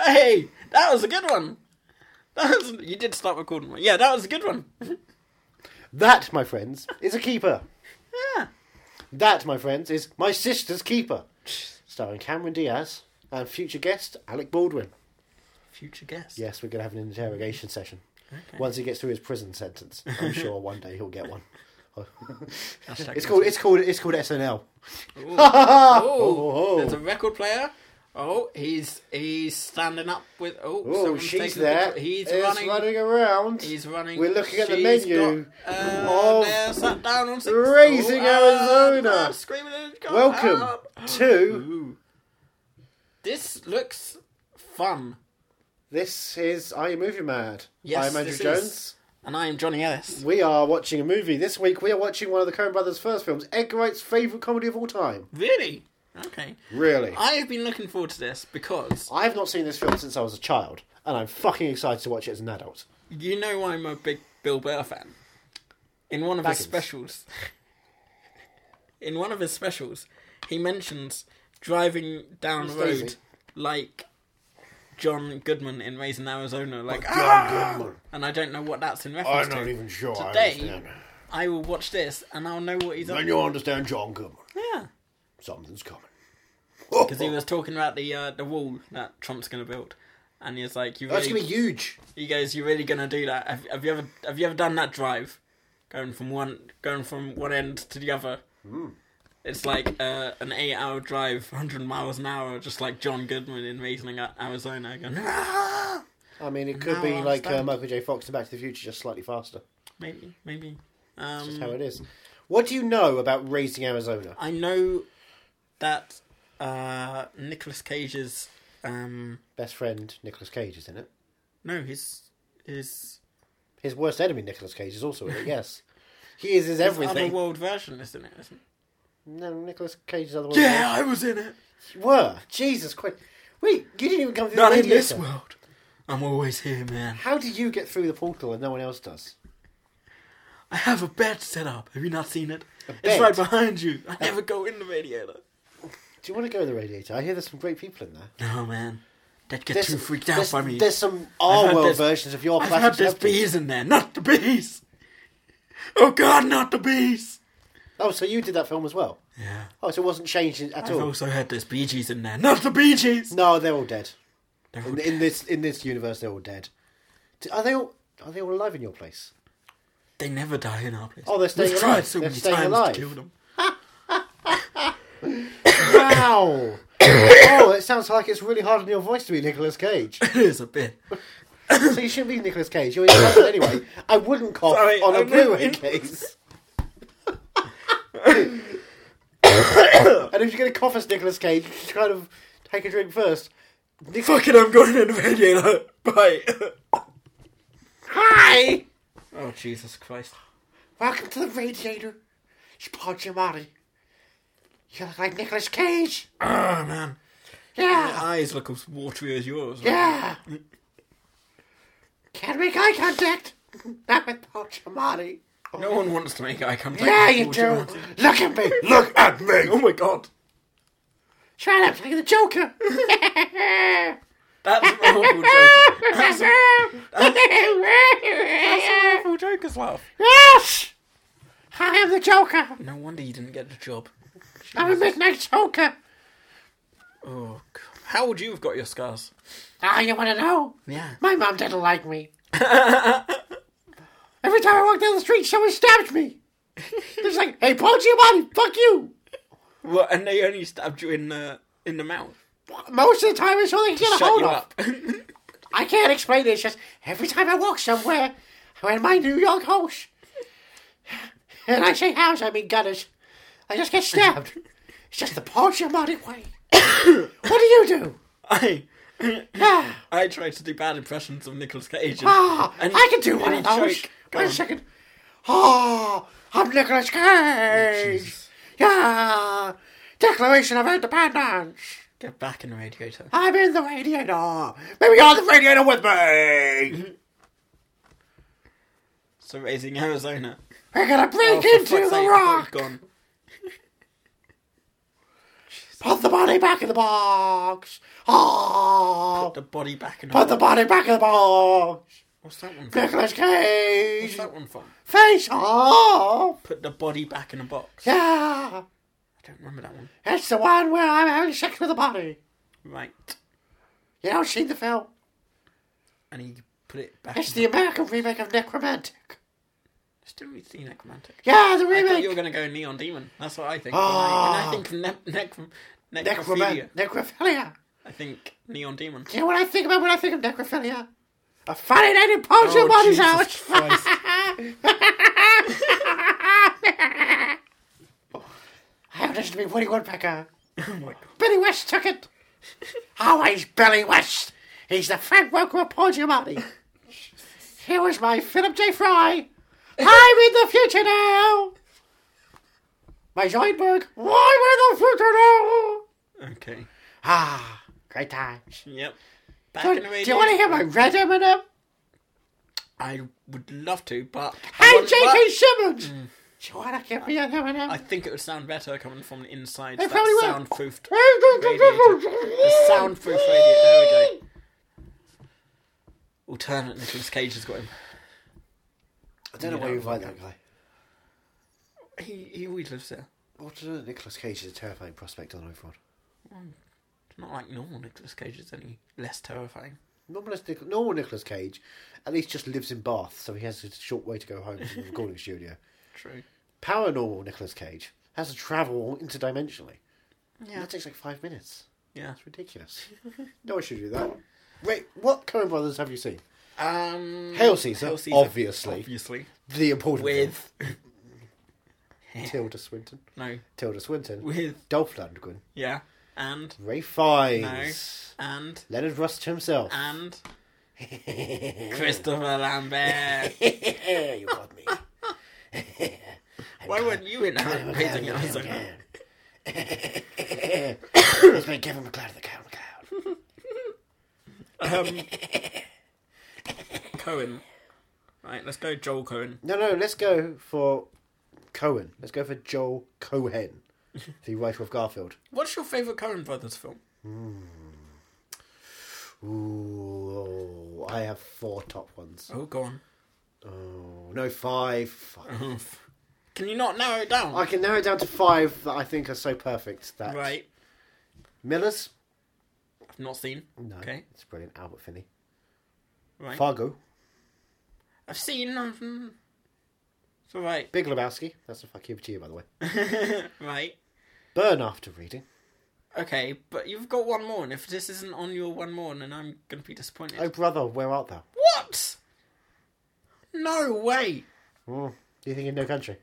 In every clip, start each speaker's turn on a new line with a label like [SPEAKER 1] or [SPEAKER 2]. [SPEAKER 1] Hey, that was a good one. That was, you did start recording. Yeah, that was a good one.
[SPEAKER 2] That, my friends, is a keeper.
[SPEAKER 1] Yeah.
[SPEAKER 2] That, my friends, is My Sister's Keeper. Starring Cameron Diaz and future guest Alec Baldwin.
[SPEAKER 1] Future guest.
[SPEAKER 2] Yes, we're going to have an interrogation session.
[SPEAKER 1] Okay.
[SPEAKER 2] Once he gets through his prison sentence, I'm sure one day he'll get one.
[SPEAKER 1] Hashtag
[SPEAKER 2] It's called it's called it's called SNL.
[SPEAKER 1] Ooh.
[SPEAKER 2] oh.
[SPEAKER 1] oh, there's a record player. Oh, he's he's standing up with. Oh,
[SPEAKER 2] Oh,
[SPEAKER 1] someone's
[SPEAKER 2] she's
[SPEAKER 1] taking
[SPEAKER 2] there.
[SPEAKER 1] The, he's
[SPEAKER 2] It's
[SPEAKER 1] running.
[SPEAKER 2] around.
[SPEAKER 1] He's running.
[SPEAKER 2] We're looking at the
[SPEAKER 1] She's
[SPEAKER 2] menu
[SPEAKER 1] Got, uh,
[SPEAKER 2] of
[SPEAKER 1] there, sat down on six.
[SPEAKER 2] Raising
[SPEAKER 1] Oh, and,
[SPEAKER 2] Arizona.
[SPEAKER 1] uh, screaming and going
[SPEAKER 2] Welcome
[SPEAKER 1] up.
[SPEAKER 2] to
[SPEAKER 1] Ooh. This looks fun,
[SPEAKER 2] this is Are You Movie Mad?
[SPEAKER 1] Yes,
[SPEAKER 2] I'm Andrew
[SPEAKER 1] this
[SPEAKER 2] Jones.
[SPEAKER 1] is. and I am Johnny Ellis.
[SPEAKER 2] We are watching a movie this week. We are watching one of the Coen Brothers' first films, Edgar Wright's favourite comedy of all time.
[SPEAKER 1] Really? Okay.
[SPEAKER 2] Really,
[SPEAKER 1] I have been looking forward to this because
[SPEAKER 2] I have not seen this film since I was a child, and I'm fucking excited to watch it as an adult.
[SPEAKER 1] you know I'm a big Bill Burr fan. In one of his
[SPEAKER 2] Baggins.
[SPEAKER 1] specials, in one of his specials, he mentions driving down the
[SPEAKER 2] Daisy.
[SPEAKER 1] road like John Goodman in Raising Arizona, like "Ah!"
[SPEAKER 2] John Goodman.
[SPEAKER 1] and I don't know what that's in reference
[SPEAKER 2] I'm not
[SPEAKER 1] to.
[SPEAKER 2] even sure I
[SPEAKER 1] Today-
[SPEAKER 2] understand.
[SPEAKER 1] I will watch this and I'll know what he's up.
[SPEAKER 2] And you understand John Goodman.
[SPEAKER 1] Yeah,
[SPEAKER 2] Something's coming.
[SPEAKER 1] because he was talking about the uh, the wall that Trump's going to build, and he was like, "You
[SPEAKER 2] That's
[SPEAKER 1] really,
[SPEAKER 2] gonna be huge.
[SPEAKER 1] you guys, you really going to do that? Have, have you ever have you ever done that drive, going from one going from one end to the other?" It's like uh, an eight-hour drive, hundred miles an hour, just like John Goodman in Raising Arizona. Going, "Ah!"
[SPEAKER 2] I mean, it could
[SPEAKER 1] Now
[SPEAKER 2] be
[SPEAKER 1] I
[SPEAKER 2] like uh,
[SPEAKER 1] understand.
[SPEAKER 2] Michael J. Fox in Back to the Future, just slightly faster.
[SPEAKER 1] maybe, maybe.
[SPEAKER 2] That's
[SPEAKER 1] Um,
[SPEAKER 2] how it is. What do you know about raising Arizona?
[SPEAKER 1] I know that uh, Nicholas Cage's um,
[SPEAKER 2] Best friend Nicolas Cage is in it.
[SPEAKER 1] no, his his
[SPEAKER 2] His worst enemy Nicolas Cage is also in it. Yes, he is his everything.
[SPEAKER 1] otherworld version, isn't it? Isn't it?
[SPEAKER 2] No, Nicolas Cage's other world.
[SPEAKER 1] Yeah, I was in it.
[SPEAKER 2] You were Jesus Christ. Wait, you didn't even come through
[SPEAKER 1] Not
[SPEAKER 2] the
[SPEAKER 1] in
[SPEAKER 2] radiator.
[SPEAKER 1] this world. I'm always here, man.
[SPEAKER 2] How do you get through the portal and no one else does?
[SPEAKER 1] I have a bed set up. Have you not seen it?
[SPEAKER 2] bed?
[SPEAKER 1] It's right behind you. I
[SPEAKER 2] Oh.
[SPEAKER 1] never go in the radiator.
[SPEAKER 2] Do you want to go to the radiator? I hear there's some great people in there.
[SPEAKER 1] No, man. That get
[SPEAKER 2] There's,
[SPEAKER 1] too freaked out
[SPEAKER 2] there's,
[SPEAKER 1] by me.
[SPEAKER 2] There's some
[SPEAKER 1] I've
[SPEAKER 2] our
[SPEAKER 1] heard
[SPEAKER 2] world
[SPEAKER 1] there's-
[SPEAKER 2] versions of your
[SPEAKER 1] I've
[SPEAKER 2] plastic
[SPEAKER 1] heard there's
[SPEAKER 2] septum.
[SPEAKER 1] bees in there. Not the bees. Oh God, not the bees.
[SPEAKER 2] Oh, so you did that film as well?
[SPEAKER 1] Yeah.
[SPEAKER 2] Oh, so it wasn't changed in- at
[SPEAKER 1] I've
[SPEAKER 2] all.
[SPEAKER 1] also heard there's Bee Gees in there. Not the Bee Gees!
[SPEAKER 2] No, they're all dead.
[SPEAKER 1] They're
[SPEAKER 2] In, in this in this universe, they're all dead. D- Are they all Are they all alive in your place?
[SPEAKER 1] They never die in our place.
[SPEAKER 2] Oh, they're staying
[SPEAKER 1] We've
[SPEAKER 2] alive.
[SPEAKER 1] tried so
[SPEAKER 2] They're
[SPEAKER 1] many
[SPEAKER 2] staying
[SPEAKER 1] times
[SPEAKER 2] alive.
[SPEAKER 1] to kill them.
[SPEAKER 2] Wow! oh, it sounds like it's really hard on your voice to be Nicolas Cage.
[SPEAKER 1] it is a bit.
[SPEAKER 2] So you shouldn't be Nicolas Cage. You're in person anyway. I wouldn't cough
[SPEAKER 1] Sorry,
[SPEAKER 2] on a
[SPEAKER 1] I'm
[SPEAKER 2] Blu-ray
[SPEAKER 1] not-
[SPEAKER 2] case. and if you're going to cough as Nicolas Cage, you should kind of take a drink first. Nic-
[SPEAKER 1] Fuck it, I'm going in the radiator. Bye.
[SPEAKER 2] Hi!
[SPEAKER 1] oh, Jesus Christ.
[SPEAKER 2] Welcome to the Radiator. It's Paul Giamatti. You look like Nicolas Cage.
[SPEAKER 1] Oh, man. My
[SPEAKER 2] Yeah,
[SPEAKER 1] eyes look as watery as yours.
[SPEAKER 2] yeah. Can't make eye contact. Not with Paul Giamatti.
[SPEAKER 1] No one wants to make eye contact.
[SPEAKER 2] Yeah, you
[SPEAKER 1] with
[SPEAKER 2] do.
[SPEAKER 1] Paul
[SPEAKER 2] Look at me.
[SPEAKER 1] Giamatti. Look at me. Oh, my God.
[SPEAKER 2] Shut up, like the Joker.
[SPEAKER 1] That's an awful joke. That's, a, that's an awful joker's laugh.
[SPEAKER 2] yes! I am the Joker.
[SPEAKER 1] No wonder you didn't get the job.
[SPEAKER 2] I'm a midnight Joker.
[SPEAKER 1] Oh, God. How would you have got your scars?
[SPEAKER 2] Ah, you want to know?
[SPEAKER 1] Yeah.
[SPEAKER 2] My mom didn't like me. Every time I walked down the street, someone stabbed me. It's like, hey, Paul Giamatti, fuck you.
[SPEAKER 1] Well, and they only stabbed you in the in the mouth.
[SPEAKER 2] Most of the time, it's all they can get a
[SPEAKER 1] Shut
[SPEAKER 2] hold
[SPEAKER 1] you
[SPEAKER 2] of.
[SPEAKER 1] up.
[SPEAKER 2] I can't explain it. It's just every time I walk somewhere, I'm in my New York house. And I say house, I mean gutters. I just get stabbed. It's just the Paul Giamatti way. what do you do?
[SPEAKER 1] I
[SPEAKER 2] Ah,
[SPEAKER 1] I tried to do bad impressions of Nicolas Cage. And,
[SPEAKER 2] ah,
[SPEAKER 1] and- Um,
[SPEAKER 2] I can do one of
[SPEAKER 1] and
[SPEAKER 2] those.
[SPEAKER 1] joke. Go
[SPEAKER 2] Wait a
[SPEAKER 1] on.
[SPEAKER 2] second. Oh, I'm Nicolas Cage.
[SPEAKER 1] Jesus.
[SPEAKER 2] yeah. Declaration of Independence.
[SPEAKER 1] Get back in the radiator.
[SPEAKER 2] I'm in the radiator. Maybe you're the radiator with
[SPEAKER 1] Mm-hmm.
[SPEAKER 2] me.
[SPEAKER 1] So raising Arizona. Oh,
[SPEAKER 2] We're gonna break
[SPEAKER 1] for
[SPEAKER 2] into
[SPEAKER 1] fuck's
[SPEAKER 2] the
[SPEAKER 1] sake,
[SPEAKER 2] rock.
[SPEAKER 1] Gone.
[SPEAKER 2] Put the body back in the box. Oh,
[SPEAKER 1] Put the body back in.
[SPEAKER 2] put the body back in the box.
[SPEAKER 1] What's that one? From?
[SPEAKER 2] Nicholas
[SPEAKER 1] What's
[SPEAKER 2] Cage.
[SPEAKER 1] that one from?
[SPEAKER 2] Face off.
[SPEAKER 1] Put the body back in a box. I
[SPEAKER 2] Yeah,
[SPEAKER 1] don't remember that one.
[SPEAKER 2] it's the one where I'm having sex with the body.
[SPEAKER 1] Right.
[SPEAKER 2] You don't see the film.
[SPEAKER 1] And he put it back.
[SPEAKER 2] It's
[SPEAKER 1] in
[SPEAKER 2] the American remake of Necromantic.
[SPEAKER 1] Still read the necromantic.
[SPEAKER 2] Yeah, the
[SPEAKER 1] I thought you
[SPEAKER 2] remake.
[SPEAKER 1] were going to go neon demon. That's what I think.
[SPEAKER 2] Ah.
[SPEAKER 1] When I, when I think ne- necrom- necrophilia,
[SPEAKER 2] Necroman- necrophilia.
[SPEAKER 1] I think neon demon.
[SPEAKER 2] You know what I think about when I think of necrophilia? A Friday night in Paul
[SPEAKER 1] Oh,
[SPEAKER 2] Giamatti's
[SPEAKER 1] Jesus
[SPEAKER 2] house.
[SPEAKER 1] Christ.
[SPEAKER 2] I would listen to be Woody Woodpecker.
[SPEAKER 1] Oh my God.
[SPEAKER 2] Billy West took it. Always Billy West. He's the Frank Welker of Paul Giamatti. Here was my Philip J. Fry. I'm in the future now. My Zoidberg. Why am in the future now?
[SPEAKER 1] Okay.
[SPEAKER 2] Ah, great times.
[SPEAKER 1] Yep. Back
[SPEAKER 2] Do
[SPEAKER 1] in the radio.
[SPEAKER 2] you want to hear my red M&M?
[SPEAKER 1] I would love to, but I
[SPEAKER 2] Hey,
[SPEAKER 1] want-
[SPEAKER 2] J.K.
[SPEAKER 1] but
[SPEAKER 2] Simmons! Do you want to give me an M&M?
[SPEAKER 1] Hmm. I think it would sound better coming from inside
[SPEAKER 2] It
[SPEAKER 1] that
[SPEAKER 2] probably will.
[SPEAKER 1] soundproofed, the soundproof radio. There we go. Alternate Nicholas Cage has got him.
[SPEAKER 2] I don't know where you find that guy.
[SPEAKER 1] He he always lives there.
[SPEAKER 2] What uh, Nicholas Cage is a terrifying prospect on iPhone.
[SPEAKER 1] It's not like normal Nicholas Cage is any less terrifying.
[SPEAKER 2] Normal, Nic- normal Nicholas Cage at least just lives in Bath, so he has a short way to go home from the recording studio.
[SPEAKER 1] True.
[SPEAKER 2] Paranormal Nicholas Cage has to travel interdimensionally.
[SPEAKER 1] Yeah.
[SPEAKER 2] That takes like five minutes.
[SPEAKER 1] Yeah.
[SPEAKER 2] That's ridiculous. no one should do that. Wait, what Coen Brothers have you seen?
[SPEAKER 1] Um.
[SPEAKER 2] Hail Caesar,
[SPEAKER 1] Hail
[SPEAKER 2] obviously.
[SPEAKER 1] Obviously.
[SPEAKER 2] The important
[SPEAKER 1] With
[SPEAKER 2] film. Tilda Swinton.
[SPEAKER 1] no.
[SPEAKER 2] Tilda Swinton.
[SPEAKER 1] With
[SPEAKER 2] Dolph Lundgren.
[SPEAKER 1] yeah. And
[SPEAKER 2] Ray Fiennes.
[SPEAKER 1] and
[SPEAKER 2] Leonard Rust himself.
[SPEAKER 1] and Christopher Lambert.
[SPEAKER 2] you got me.
[SPEAKER 1] Why weren't you in that painting? I was like,
[SPEAKER 2] "Oh." it's been Kevin McLeod the Cow McLeod.
[SPEAKER 1] um, Cohen. Right, let's go Joel Cohen.
[SPEAKER 2] No, no, let's go for Cohen. Let's go for Joel Cohen, the writer of Garfield.
[SPEAKER 1] What's your favourite Cohen Brothers film?
[SPEAKER 2] Ooh, I have four top ones.
[SPEAKER 1] Oh, go on.
[SPEAKER 2] Oh, no, five. Fuck.
[SPEAKER 1] Can you not narrow it down?
[SPEAKER 2] I can narrow it down to five that I think are so perfect that.
[SPEAKER 1] Right.
[SPEAKER 2] Miller's?
[SPEAKER 1] I've not seen.
[SPEAKER 2] No.
[SPEAKER 1] Okay.
[SPEAKER 2] It's brilliant. Albert Finney.
[SPEAKER 1] Right.
[SPEAKER 2] Fargo.
[SPEAKER 1] I've seen. Um, it's alright.
[SPEAKER 2] Big Lebowski. That's a fuck you to you, by the way.
[SPEAKER 1] Right.
[SPEAKER 2] Burn after reading.
[SPEAKER 1] Okay, but you've got one more, and if this isn't on your one more, then I'm gonna be disappointed.
[SPEAKER 2] Oh, brother, where art thou?
[SPEAKER 1] What? No way.
[SPEAKER 2] Mm. Do you think in No Country?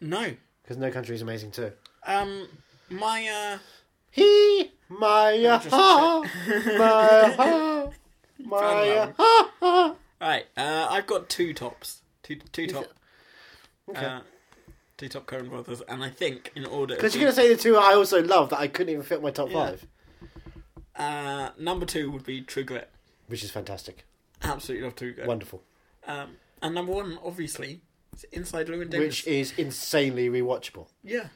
[SPEAKER 1] No.
[SPEAKER 2] Because No Country is amazing too.
[SPEAKER 1] Um, my uh,
[SPEAKER 2] He, my, ha, my, ha, my,
[SPEAKER 1] Found
[SPEAKER 2] ha, ha.
[SPEAKER 1] Right, uh, I've got two tops, two two top,
[SPEAKER 2] Okay.
[SPEAKER 1] uh, two top Coen Brothers, and I think in order,
[SPEAKER 2] Because you're going to say the two I also love that I couldn't even fit in my top
[SPEAKER 1] Yeah.
[SPEAKER 2] five,
[SPEAKER 1] uh, number two would be True Grit.
[SPEAKER 2] which is fantastic.
[SPEAKER 1] Absolutely love True Grit.
[SPEAKER 2] Wonderful.
[SPEAKER 1] Um, and number one, obviously, is Inside Llewyn Davis.
[SPEAKER 2] Which is insanely rewatchable.
[SPEAKER 1] yeah.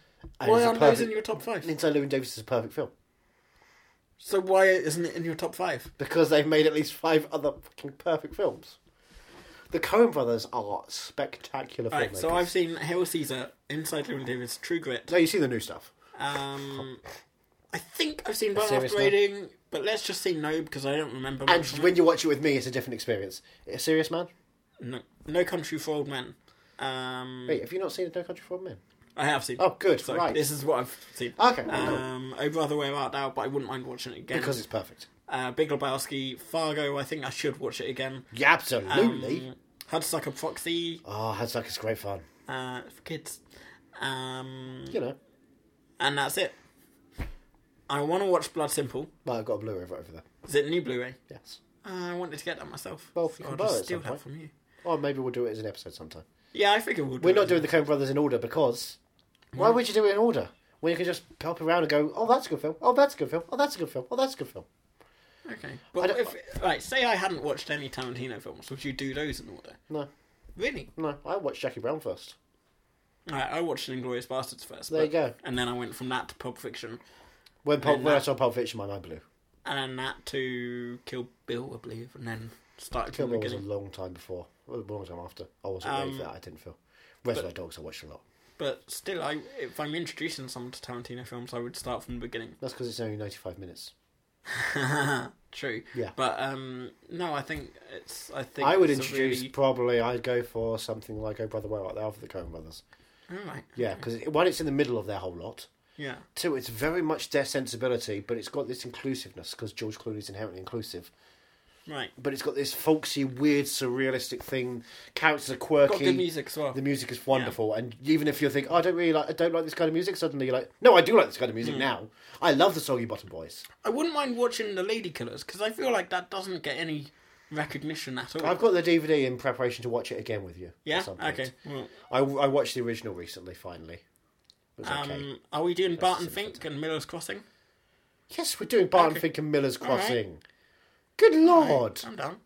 [SPEAKER 2] And
[SPEAKER 1] Why
[SPEAKER 2] it's a
[SPEAKER 1] aren't those
[SPEAKER 2] perfect-
[SPEAKER 1] in your top five?
[SPEAKER 2] Inside Llewyn Davis is a perfect film.
[SPEAKER 1] So why isn't it in your top five?
[SPEAKER 2] Because they've made at least five other fucking perfect films. The Coen brothers are spectacular
[SPEAKER 1] Right,
[SPEAKER 2] filmmakers.
[SPEAKER 1] so I've seen Hail Caesar, Inside Llewyn Davis, True Grit.
[SPEAKER 2] No, you see the new stuff.
[SPEAKER 1] Um, I think I've seen Burn
[SPEAKER 2] serious
[SPEAKER 1] After
[SPEAKER 2] no?
[SPEAKER 1] Rating, but let's just say no because I don't remember.
[SPEAKER 2] And
[SPEAKER 1] much.
[SPEAKER 2] when you watch it with me, it's a different experience. A serious man?
[SPEAKER 1] Mm. No, no Country for Old Men. Um,
[SPEAKER 2] Wait, have you not seen No Country for Old Men?
[SPEAKER 1] I have seen.
[SPEAKER 2] Oh, good,
[SPEAKER 1] So
[SPEAKER 2] right. Ah.
[SPEAKER 1] This is what I've seen.
[SPEAKER 2] Okay, cool.
[SPEAKER 1] Um, Oh Brother Where Art Thou, but I wouldn't mind watching it again.
[SPEAKER 2] because it's perfect.
[SPEAKER 1] uh, Big Lebowski, Fargo. I think I should watch it again.
[SPEAKER 2] Yeah, absolutely.
[SPEAKER 1] Um, How to Suck a Proxy
[SPEAKER 2] oh, that's like it's great fun.
[SPEAKER 1] uh, for kids, um,
[SPEAKER 2] You know,
[SPEAKER 1] and that's it. I want to watch Blood Simple.
[SPEAKER 2] well, I've got a blue over over there.
[SPEAKER 1] Is it new Blu-ray?
[SPEAKER 2] Yes.
[SPEAKER 1] Uh, I wanted to get that myself.
[SPEAKER 2] Well, if you
[SPEAKER 1] I'll
[SPEAKER 2] can borrow it
[SPEAKER 1] just
[SPEAKER 2] at
[SPEAKER 1] steal
[SPEAKER 2] some
[SPEAKER 1] that
[SPEAKER 2] point.
[SPEAKER 1] from you.
[SPEAKER 2] Or maybe we'll do it as an episode sometime.
[SPEAKER 1] Yeah, I figure we'll. Do
[SPEAKER 2] We're
[SPEAKER 1] it.
[SPEAKER 2] not doing the Coen Brothers in order because why would you do it in order when you can just pop around and go, oh, that's a good film. Oh, that's a good film. Oh, that's a good film. Oh, that's a good film.
[SPEAKER 1] Okay,
[SPEAKER 2] I
[SPEAKER 1] but
[SPEAKER 2] don't-
[SPEAKER 1] if right, say I hadn't watched any Tarantino films, would you do those in order?
[SPEAKER 2] No,
[SPEAKER 1] Really?
[SPEAKER 2] no. I watched Jackie Brown first.
[SPEAKER 1] Right, I watched Inglorious Bastards first.
[SPEAKER 2] There you
[SPEAKER 1] but-
[SPEAKER 2] go.
[SPEAKER 1] And then I went from that to Pulp Fiction.
[SPEAKER 2] When, Pulp,
[SPEAKER 1] then
[SPEAKER 2] when I
[SPEAKER 1] that-
[SPEAKER 2] saw Pulp Fiction, my mind blew.
[SPEAKER 1] and then that to Kill Bill, I believe, and then started
[SPEAKER 2] Kill
[SPEAKER 1] from the
[SPEAKER 2] Bill was a
[SPEAKER 1] beginning.
[SPEAKER 2] long time before, well, a long time after. I wasn't ready
[SPEAKER 1] Um,
[SPEAKER 2] for that. I didn't feel. Reservoir Dogs, I watched a lot.
[SPEAKER 1] But still, I if I'm introducing someone to Tarantino films, I would start from the beginning.
[SPEAKER 2] That's because it's only ninety-five minutes.
[SPEAKER 1] True.
[SPEAKER 2] Yeah.
[SPEAKER 1] But um, no, I think it's. I think
[SPEAKER 2] I would
[SPEAKER 1] it's a
[SPEAKER 2] introduce
[SPEAKER 1] Really...
[SPEAKER 2] probably. I'd go for something like "Oh Brother Where Art Thou" for the Coen Brothers.
[SPEAKER 1] All right.
[SPEAKER 2] Yeah, because one, it's in the middle of their whole lot.
[SPEAKER 1] Yeah.
[SPEAKER 2] Two, it's very much their sensibility, but it's got this inclusiveness because George Clooney's inherently inclusive.
[SPEAKER 1] Right.
[SPEAKER 2] But it's got this folksy, weird, surrealistic thing. Characters are
[SPEAKER 1] Got
[SPEAKER 2] quirky.
[SPEAKER 1] good music as well.
[SPEAKER 2] The music is wonderful, and even if you think, oh, I don't really like, I don't like this kind of music, suddenly you're like, no, I do like this kind of
[SPEAKER 1] Hmm.
[SPEAKER 2] music now. I love the Soggy Bottom Boys.
[SPEAKER 1] I wouldn't mind watching The Lady Killers because I feel like that doesn't get any recognition at all.
[SPEAKER 2] I've got the DVD in preparation to watch it again with you. at
[SPEAKER 1] yeah.
[SPEAKER 2] some point.
[SPEAKER 1] Okay. Well,
[SPEAKER 2] I, I watched the original recently. Finally, it was
[SPEAKER 1] um,
[SPEAKER 2] okay.
[SPEAKER 1] are we doing Barton
[SPEAKER 2] the same
[SPEAKER 1] Fink and Miller's Crossing?
[SPEAKER 2] Yes, we're doing Barton
[SPEAKER 1] okay.
[SPEAKER 2] Fink and Miller's
[SPEAKER 1] right.
[SPEAKER 2] Crossing. Good lord!
[SPEAKER 1] I'm down.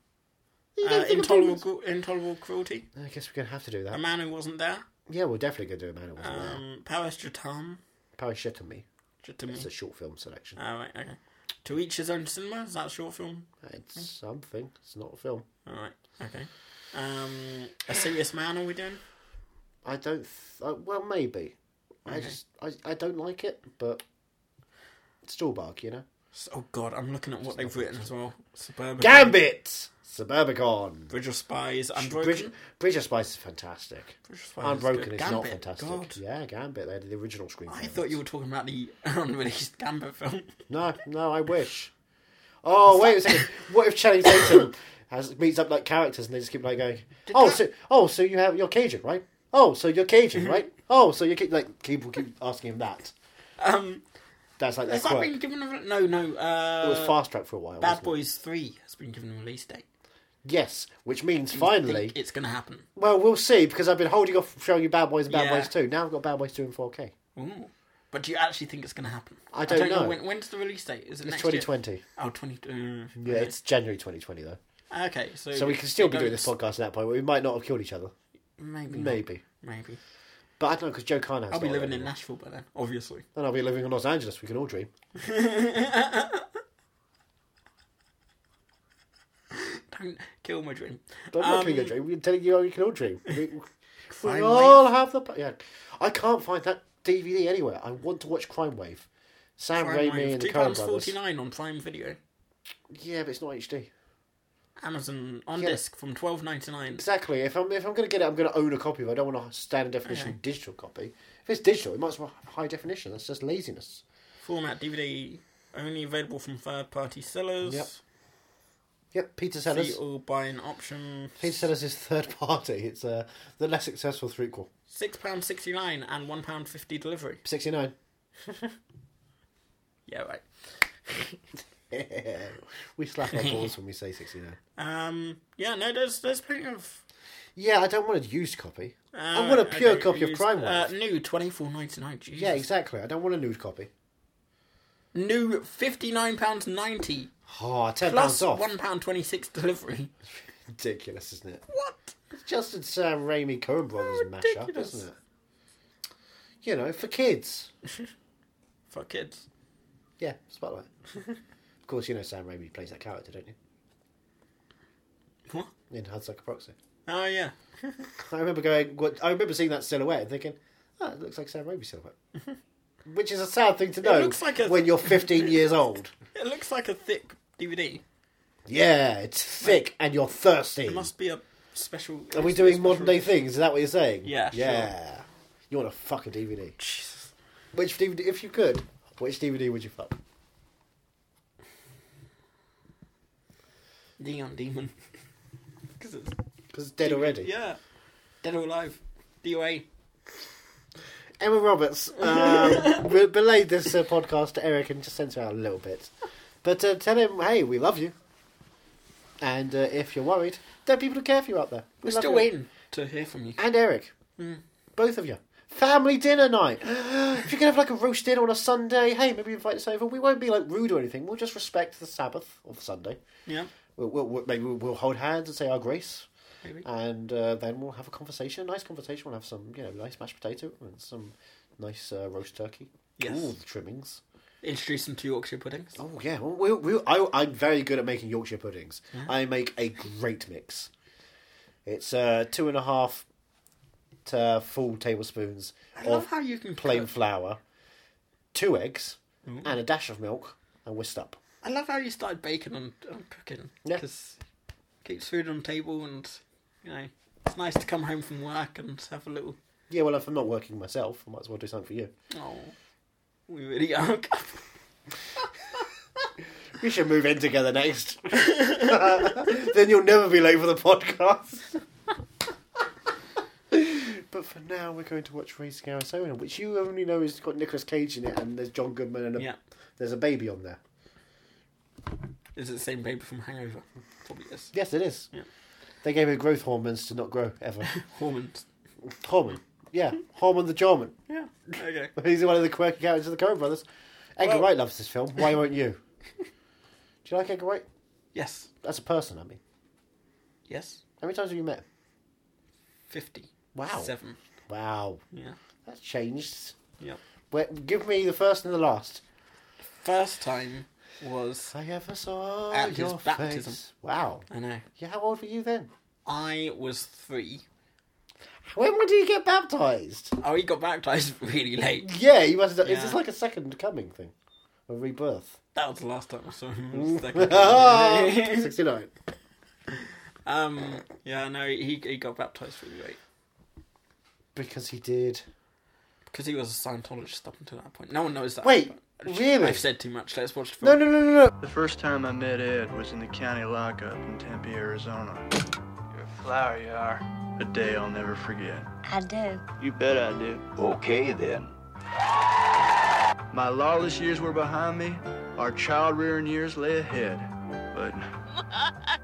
[SPEAKER 2] You don't
[SPEAKER 1] Uh,
[SPEAKER 2] think I'm doing
[SPEAKER 1] intolerable, Cru- intolerable cruelty.
[SPEAKER 2] this? I guess we're gonna have to do that.
[SPEAKER 1] A man who wasn't there.
[SPEAKER 2] yeah, we're definitely gonna do a man who wasn't there.
[SPEAKER 1] Um, Paris Jatam.
[SPEAKER 2] Paris Shit on Me. It's
[SPEAKER 1] Jatam.
[SPEAKER 2] a short film selection.
[SPEAKER 1] All right. Okay. To each his own cinema. Is that a short film?
[SPEAKER 2] It's something. It's not a film.
[SPEAKER 1] All right. Okay. Um, a serious man. Are we doing?
[SPEAKER 2] I don't. Th- uh, well, maybe. I
[SPEAKER 1] Mm.
[SPEAKER 2] just. I, I don't like it, but. Stallbach, you know.
[SPEAKER 1] S- Oh God, I'm looking at what they've written as well. Suburban.
[SPEAKER 2] Gambit, Suburbicon,
[SPEAKER 1] Bridge of Spies. Unbroken.
[SPEAKER 2] Bridge, Bridge of Spice is fantastic.
[SPEAKER 1] Bridge of Spies.
[SPEAKER 2] Unbroken
[SPEAKER 1] good.
[SPEAKER 2] is not
[SPEAKER 1] Gambit,
[SPEAKER 2] fantastic.
[SPEAKER 1] God.
[SPEAKER 2] Yeah, Gambit. They did the original screenplay.
[SPEAKER 1] I thought you were talking about the unreleased Gambit film.
[SPEAKER 2] No, no, I wish. Oh wait a second. What if Channing Tatum has meets up like characters and they just keep like going? Oh, so oh, so you have you're Cajun, right? Oh, so you're Cajun,
[SPEAKER 1] Mm-hmm.
[SPEAKER 2] right? Oh, so you keep like people keep asking him that.
[SPEAKER 1] Um,
[SPEAKER 2] That's like their
[SPEAKER 1] has that
[SPEAKER 2] quirk.
[SPEAKER 1] been given a re- no no? Uh,
[SPEAKER 2] It was fast track for a while.
[SPEAKER 1] Bad
[SPEAKER 2] wasn't it?
[SPEAKER 1] Boys Three has been given a release date.
[SPEAKER 2] Yes, which means
[SPEAKER 1] I
[SPEAKER 2] finally.
[SPEAKER 1] think it's going to happen.
[SPEAKER 2] Well, we'll see because I've been holding off from showing you Bad Boys and Bad
[SPEAKER 1] Yeah.
[SPEAKER 2] Boys Two. Now I've got Bad Boys Two in four K.
[SPEAKER 1] Ooh. But do you actually think it's going to happen?
[SPEAKER 2] I don't know.
[SPEAKER 1] When, when's the release date? Is it
[SPEAKER 2] It's
[SPEAKER 1] next
[SPEAKER 2] twenty
[SPEAKER 1] year?
[SPEAKER 2] twenty.
[SPEAKER 1] Oh, 20... Uh,
[SPEAKER 2] Yeah, it's January twenty twenty though,
[SPEAKER 1] Okay, so...
[SPEAKER 2] so we can still be doing this
[SPEAKER 1] Maybe.
[SPEAKER 2] podcast at that point. where We might not have killed each other,
[SPEAKER 1] Maybe. not.
[SPEAKER 2] maybe.
[SPEAKER 1] Maybe.
[SPEAKER 2] But I don't know because Joe Khan has.
[SPEAKER 1] I'll be
[SPEAKER 2] not
[SPEAKER 1] living
[SPEAKER 2] anymore.
[SPEAKER 1] in Nashville by then, obviously.
[SPEAKER 2] And I'll be living in Los Angeles. We can all dream.
[SPEAKER 1] Don't kill my dream.
[SPEAKER 2] Don't look
[SPEAKER 1] Um,
[SPEAKER 2] at your dream. We're telling you, we can all dream. We, we
[SPEAKER 1] Crime
[SPEAKER 2] all have the. po- Yeah. I can't find that DVD anywhere. I want to watch Crime Wave. Sam
[SPEAKER 1] Prime
[SPEAKER 2] Raimi
[SPEAKER 1] Wave.
[SPEAKER 2] and the Coen Brothers.
[SPEAKER 1] £2.49 on Prime Video.
[SPEAKER 2] Yeah, but it's not HD.
[SPEAKER 1] Amazon on
[SPEAKER 2] Yeah.
[SPEAKER 1] disc from twelve ninety nine.
[SPEAKER 2] Exactly. If I'm if I'm going to get it, I'm going to own a copy. But I don't want a standard definition digital copy. If it's digital, it might as well have high definition. That's just laziness.
[SPEAKER 1] Format DVD only available from third party sellers.
[SPEAKER 2] Yep. Yep. Peter
[SPEAKER 1] See oh,
[SPEAKER 2] Sellers.
[SPEAKER 1] all buying option.
[SPEAKER 2] Peter Sellers is third party. It's uh, the less successful threequel.
[SPEAKER 1] Six pound sixty nine and one pound fifty delivery.
[SPEAKER 2] Sixty nine.
[SPEAKER 1] Yeah, right.
[SPEAKER 2] we slap our balls when we say sixty nine.
[SPEAKER 1] Um, yeah, no, there's there's plenty of.
[SPEAKER 2] Yeah, I don't want a used copy.
[SPEAKER 1] uh,
[SPEAKER 2] I want a pure
[SPEAKER 1] okay,
[SPEAKER 2] copy of
[SPEAKER 1] used-
[SPEAKER 2] Crime Wave.
[SPEAKER 1] Uh, new twenty four ninety nine.
[SPEAKER 2] yeah, exactly. I don't want a nude copy.
[SPEAKER 1] New fifty nine pounds ninety
[SPEAKER 2] Oh, ten
[SPEAKER 1] plus
[SPEAKER 2] pounds off.
[SPEAKER 1] one pound twenty six delivery.
[SPEAKER 2] Ridiculous, isn't it?
[SPEAKER 1] What?
[SPEAKER 2] It's just a Sam Raimi Coen Brothers mashup,
[SPEAKER 1] ridiculous.
[SPEAKER 2] isn't it? You know, for kids.
[SPEAKER 1] For kids.
[SPEAKER 2] Yeah, spotlight. of course, you know Sam Raimi plays that character, don't you?
[SPEAKER 1] What?
[SPEAKER 2] In Hudsucker Proxy.
[SPEAKER 1] Oh yeah.
[SPEAKER 2] I remember going. What, I remember seeing that silhouette and thinking, "Oh, it looks like Sam Raimi's silhouette," which is a sad thing to know
[SPEAKER 1] looks like a-
[SPEAKER 2] when you're 15 years old.
[SPEAKER 1] It looks like a thick DVD.
[SPEAKER 2] Yeah, it's thick and you're thirsty.
[SPEAKER 1] It must be a special.
[SPEAKER 2] Are we doing modern day things? Is that what you're saying?
[SPEAKER 1] Yeah, sure.
[SPEAKER 2] Yeah. You want to fuck a DVD?
[SPEAKER 1] Jesus.
[SPEAKER 2] Which DVD, if you could, which DVD would you fuck?
[SPEAKER 1] Neon Demon. Because it's
[SPEAKER 2] Because it's dead already.
[SPEAKER 1] yeah, Dead or Alive, DOA.
[SPEAKER 2] Emma Roberts um, re- relayed this uh, podcast to Eric and just sent her out a little bit, but uh, tell him, hey, we love you, and uh, if you're worried, there are people who care for you out there. We
[SPEAKER 1] We're
[SPEAKER 2] love
[SPEAKER 1] still
[SPEAKER 2] you.
[SPEAKER 1] waiting Hmm. to hear from you.
[SPEAKER 2] And Eric, both of you. Family dinner night. if you can have like a roast dinner on a Sunday, hey, maybe invite us over. We won't be like rude or anything. We'll just respect the Sabbath of Sunday.
[SPEAKER 1] Yeah,
[SPEAKER 2] We'll, we'll, we'll- maybe we'll, we'll hold hands and say our grace,
[SPEAKER 1] maybe.
[SPEAKER 2] and uh, then we'll have a conversation, a nice conversation. We'll have some, you know, nice mashed potato and some nice uh, roast turkey.
[SPEAKER 1] Yes.
[SPEAKER 2] Ooh, the trimmings.
[SPEAKER 1] Introduce them to Yorkshire puddings.
[SPEAKER 2] Oh yeah, well, we, we, I, I'm very good at making Yorkshire puddings.
[SPEAKER 1] Mm-hmm.
[SPEAKER 2] I make a great mix. It's uh, two and a half to full tablespoons
[SPEAKER 1] I love
[SPEAKER 2] of
[SPEAKER 1] how you can
[SPEAKER 2] plain
[SPEAKER 1] cook. Mm-hmm.
[SPEAKER 2] flour, two eggs, and a dash of milk, and whisked up.
[SPEAKER 1] I love how you started baking and, and cooking.
[SPEAKER 2] Yeah.
[SPEAKER 1] Because keeps food on the table and, you know, it's nice to come home from work and have a little,
[SPEAKER 2] Yeah, well, if I'm not working myself, I might as well do something for you.
[SPEAKER 1] oh, we really are.
[SPEAKER 2] We should move in together next. then you'll never be late for the podcast. but for now, we're going to watch Raising Arizona, which you only know has got Nicolas Cage in it, and there's John Goodman, and a,
[SPEAKER 1] yeah.
[SPEAKER 2] there's a baby on there.
[SPEAKER 1] Is it the same baby from Hangover? Probably is.
[SPEAKER 2] Yes, it is.
[SPEAKER 1] Yeah.
[SPEAKER 2] They gave her growth hormones to not grow ever.
[SPEAKER 1] Hormones.
[SPEAKER 2] Hormone. Yeah, Hormone the German.
[SPEAKER 1] Yeah. Okay.
[SPEAKER 2] He's one of the quirky characters of the Coen brothers. Edgar
[SPEAKER 1] Well-
[SPEAKER 2] Wright loves this film. Why won't you? Do you like Edgar Wright?
[SPEAKER 1] Yes.
[SPEAKER 2] That's a person, I mean.
[SPEAKER 1] Yes.
[SPEAKER 2] How many times have you met him?
[SPEAKER 1] 50.
[SPEAKER 2] Wow.
[SPEAKER 1] Seven.
[SPEAKER 2] Wow.
[SPEAKER 1] Yeah.
[SPEAKER 2] That's changed.
[SPEAKER 1] Yep.
[SPEAKER 2] Where, give me the first and the last.
[SPEAKER 1] First time was.
[SPEAKER 2] I ever saw
[SPEAKER 1] At his
[SPEAKER 2] your
[SPEAKER 1] baptism.
[SPEAKER 2] face. Wow.
[SPEAKER 1] I know.
[SPEAKER 2] Yeah, how old were you then?
[SPEAKER 1] I was three.
[SPEAKER 2] When did you get baptized?
[SPEAKER 1] Oh, he got baptized really late.
[SPEAKER 2] Yeah, you must. Have, Is this
[SPEAKER 1] Yeah.
[SPEAKER 2] like a second coming thing, a rebirth?
[SPEAKER 1] That was the last time I saw him. Second.
[SPEAKER 2] Sixty-nine.
[SPEAKER 1] um. Yeah. No. He he got baptized really late
[SPEAKER 2] Because he did.
[SPEAKER 1] because he was a Scientologist up until that point. No one knows that.
[SPEAKER 2] Wait,
[SPEAKER 1] but
[SPEAKER 2] really?
[SPEAKER 1] I've said too much. Let's watch the
[SPEAKER 2] No,
[SPEAKER 1] film.
[SPEAKER 2] no, no, no, no.
[SPEAKER 3] The first time I met Ed was in the county lockup in Tempe, Arizona. You're a flower, you are. A day I'll never forget.
[SPEAKER 4] I do.
[SPEAKER 3] You bet I do.
[SPEAKER 5] Okay then.
[SPEAKER 3] My lawless years were behind me. Our child rearing years lay ahead. But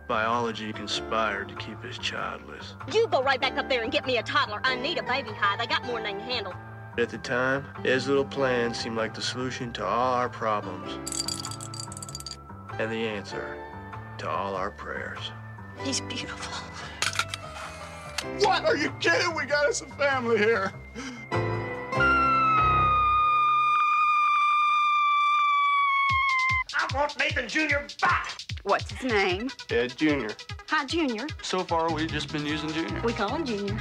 [SPEAKER 3] biology conspired to keep us childless.
[SPEAKER 4] You go right back up there and get me a toddler. I need a baby hide. I got more than I can handle.
[SPEAKER 3] At the time, Ed's little plan seemed like the solution to all our problems and the answer to all our prayers.
[SPEAKER 4] He's beautiful.
[SPEAKER 3] What? Are you kidding? We got us a family here.
[SPEAKER 4] What's his name?
[SPEAKER 3] Ed Jr.
[SPEAKER 4] Hi, Junior.
[SPEAKER 3] So far, we've just been using Junior.
[SPEAKER 4] We call him Junior.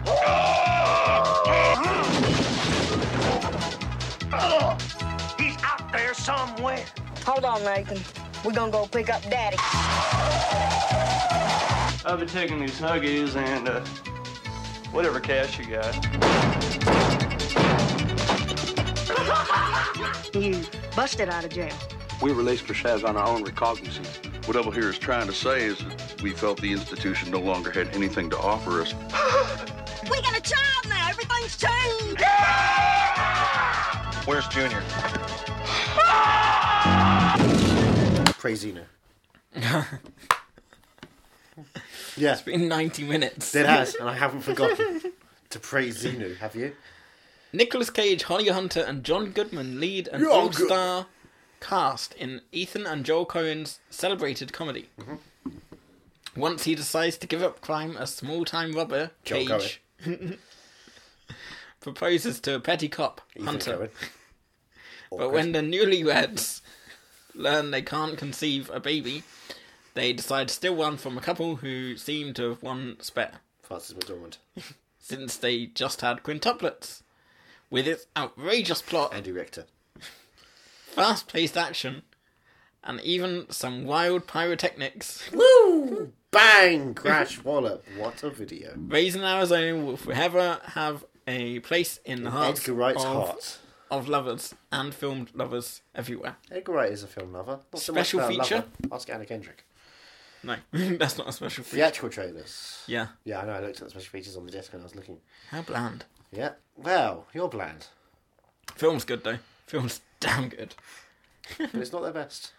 [SPEAKER 6] He's out there somewhere.
[SPEAKER 4] Hold on, Nathan. We're gonna go pick up Daddy.
[SPEAKER 3] I've been taking these huggies and uh, whatever cash you got.
[SPEAKER 4] You busted out of jail.
[SPEAKER 5] We released Prashaz on our own recognizance.
[SPEAKER 7] What Double Here is trying to say is that we felt the institution no longer had anything to offer us.
[SPEAKER 4] We got a child now. Everything's changed.
[SPEAKER 7] Where's Junior?
[SPEAKER 2] Crazina. yeah,
[SPEAKER 1] In ninety minutes.
[SPEAKER 2] it has, and I haven't forgotten to praise Zenu. Have you?
[SPEAKER 1] Nicholas Cage, Holly Hunter, and John Goodman lead an
[SPEAKER 2] Yeah,
[SPEAKER 1] all
[SPEAKER 2] good.
[SPEAKER 1] star cast in Ethan and Joel Cohen's celebrated comedy.
[SPEAKER 2] Mm-hmm.
[SPEAKER 1] Once he decides to give up crime, a small time robber,
[SPEAKER 2] Joel
[SPEAKER 1] Cage, proposes to a petty cop,
[SPEAKER 2] Ethan
[SPEAKER 1] Hunter.
[SPEAKER 2] Cohen.
[SPEAKER 1] But when the newlyweds learn they can't conceive a baby, they decide to steal one from a couple who seem to have one spare
[SPEAKER 2] Francis McDormand,
[SPEAKER 1] since they just had quintuplets. With its outrageous plot
[SPEAKER 2] Andy Richter.
[SPEAKER 1] fast paced action, and even some wild pyrotechnics,
[SPEAKER 2] Woo! Bang! Crash! Wallop! What a video.
[SPEAKER 1] Raising Arizona will forever have a place in the hearts
[SPEAKER 2] Edgar Wright's
[SPEAKER 1] of,
[SPEAKER 2] heart.
[SPEAKER 1] of lovers and filmed lovers everywhere.
[SPEAKER 2] Edgar Wright is a film lover. Not so
[SPEAKER 1] Special
[SPEAKER 2] much about a
[SPEAKER 1] feature?
[SPEAKER 2] lover. Ask Anna Kendrick.
[SPEAKER 1] No, that's not a special feature.
[SPEAKER 2] Theatrical trailers.
[SPEAKER 1] Yeah.
[SPEAKER 2] Yeah, I know. I looked at the special features on the desk when I was looking.
[SPEAKER 1] How bland.
[SPEAKER 2] Yeah. Well, you're bland,
[SPEAKER 1] Film's good though. Film's damn good.
[SPEAKER 2] but it's not their best.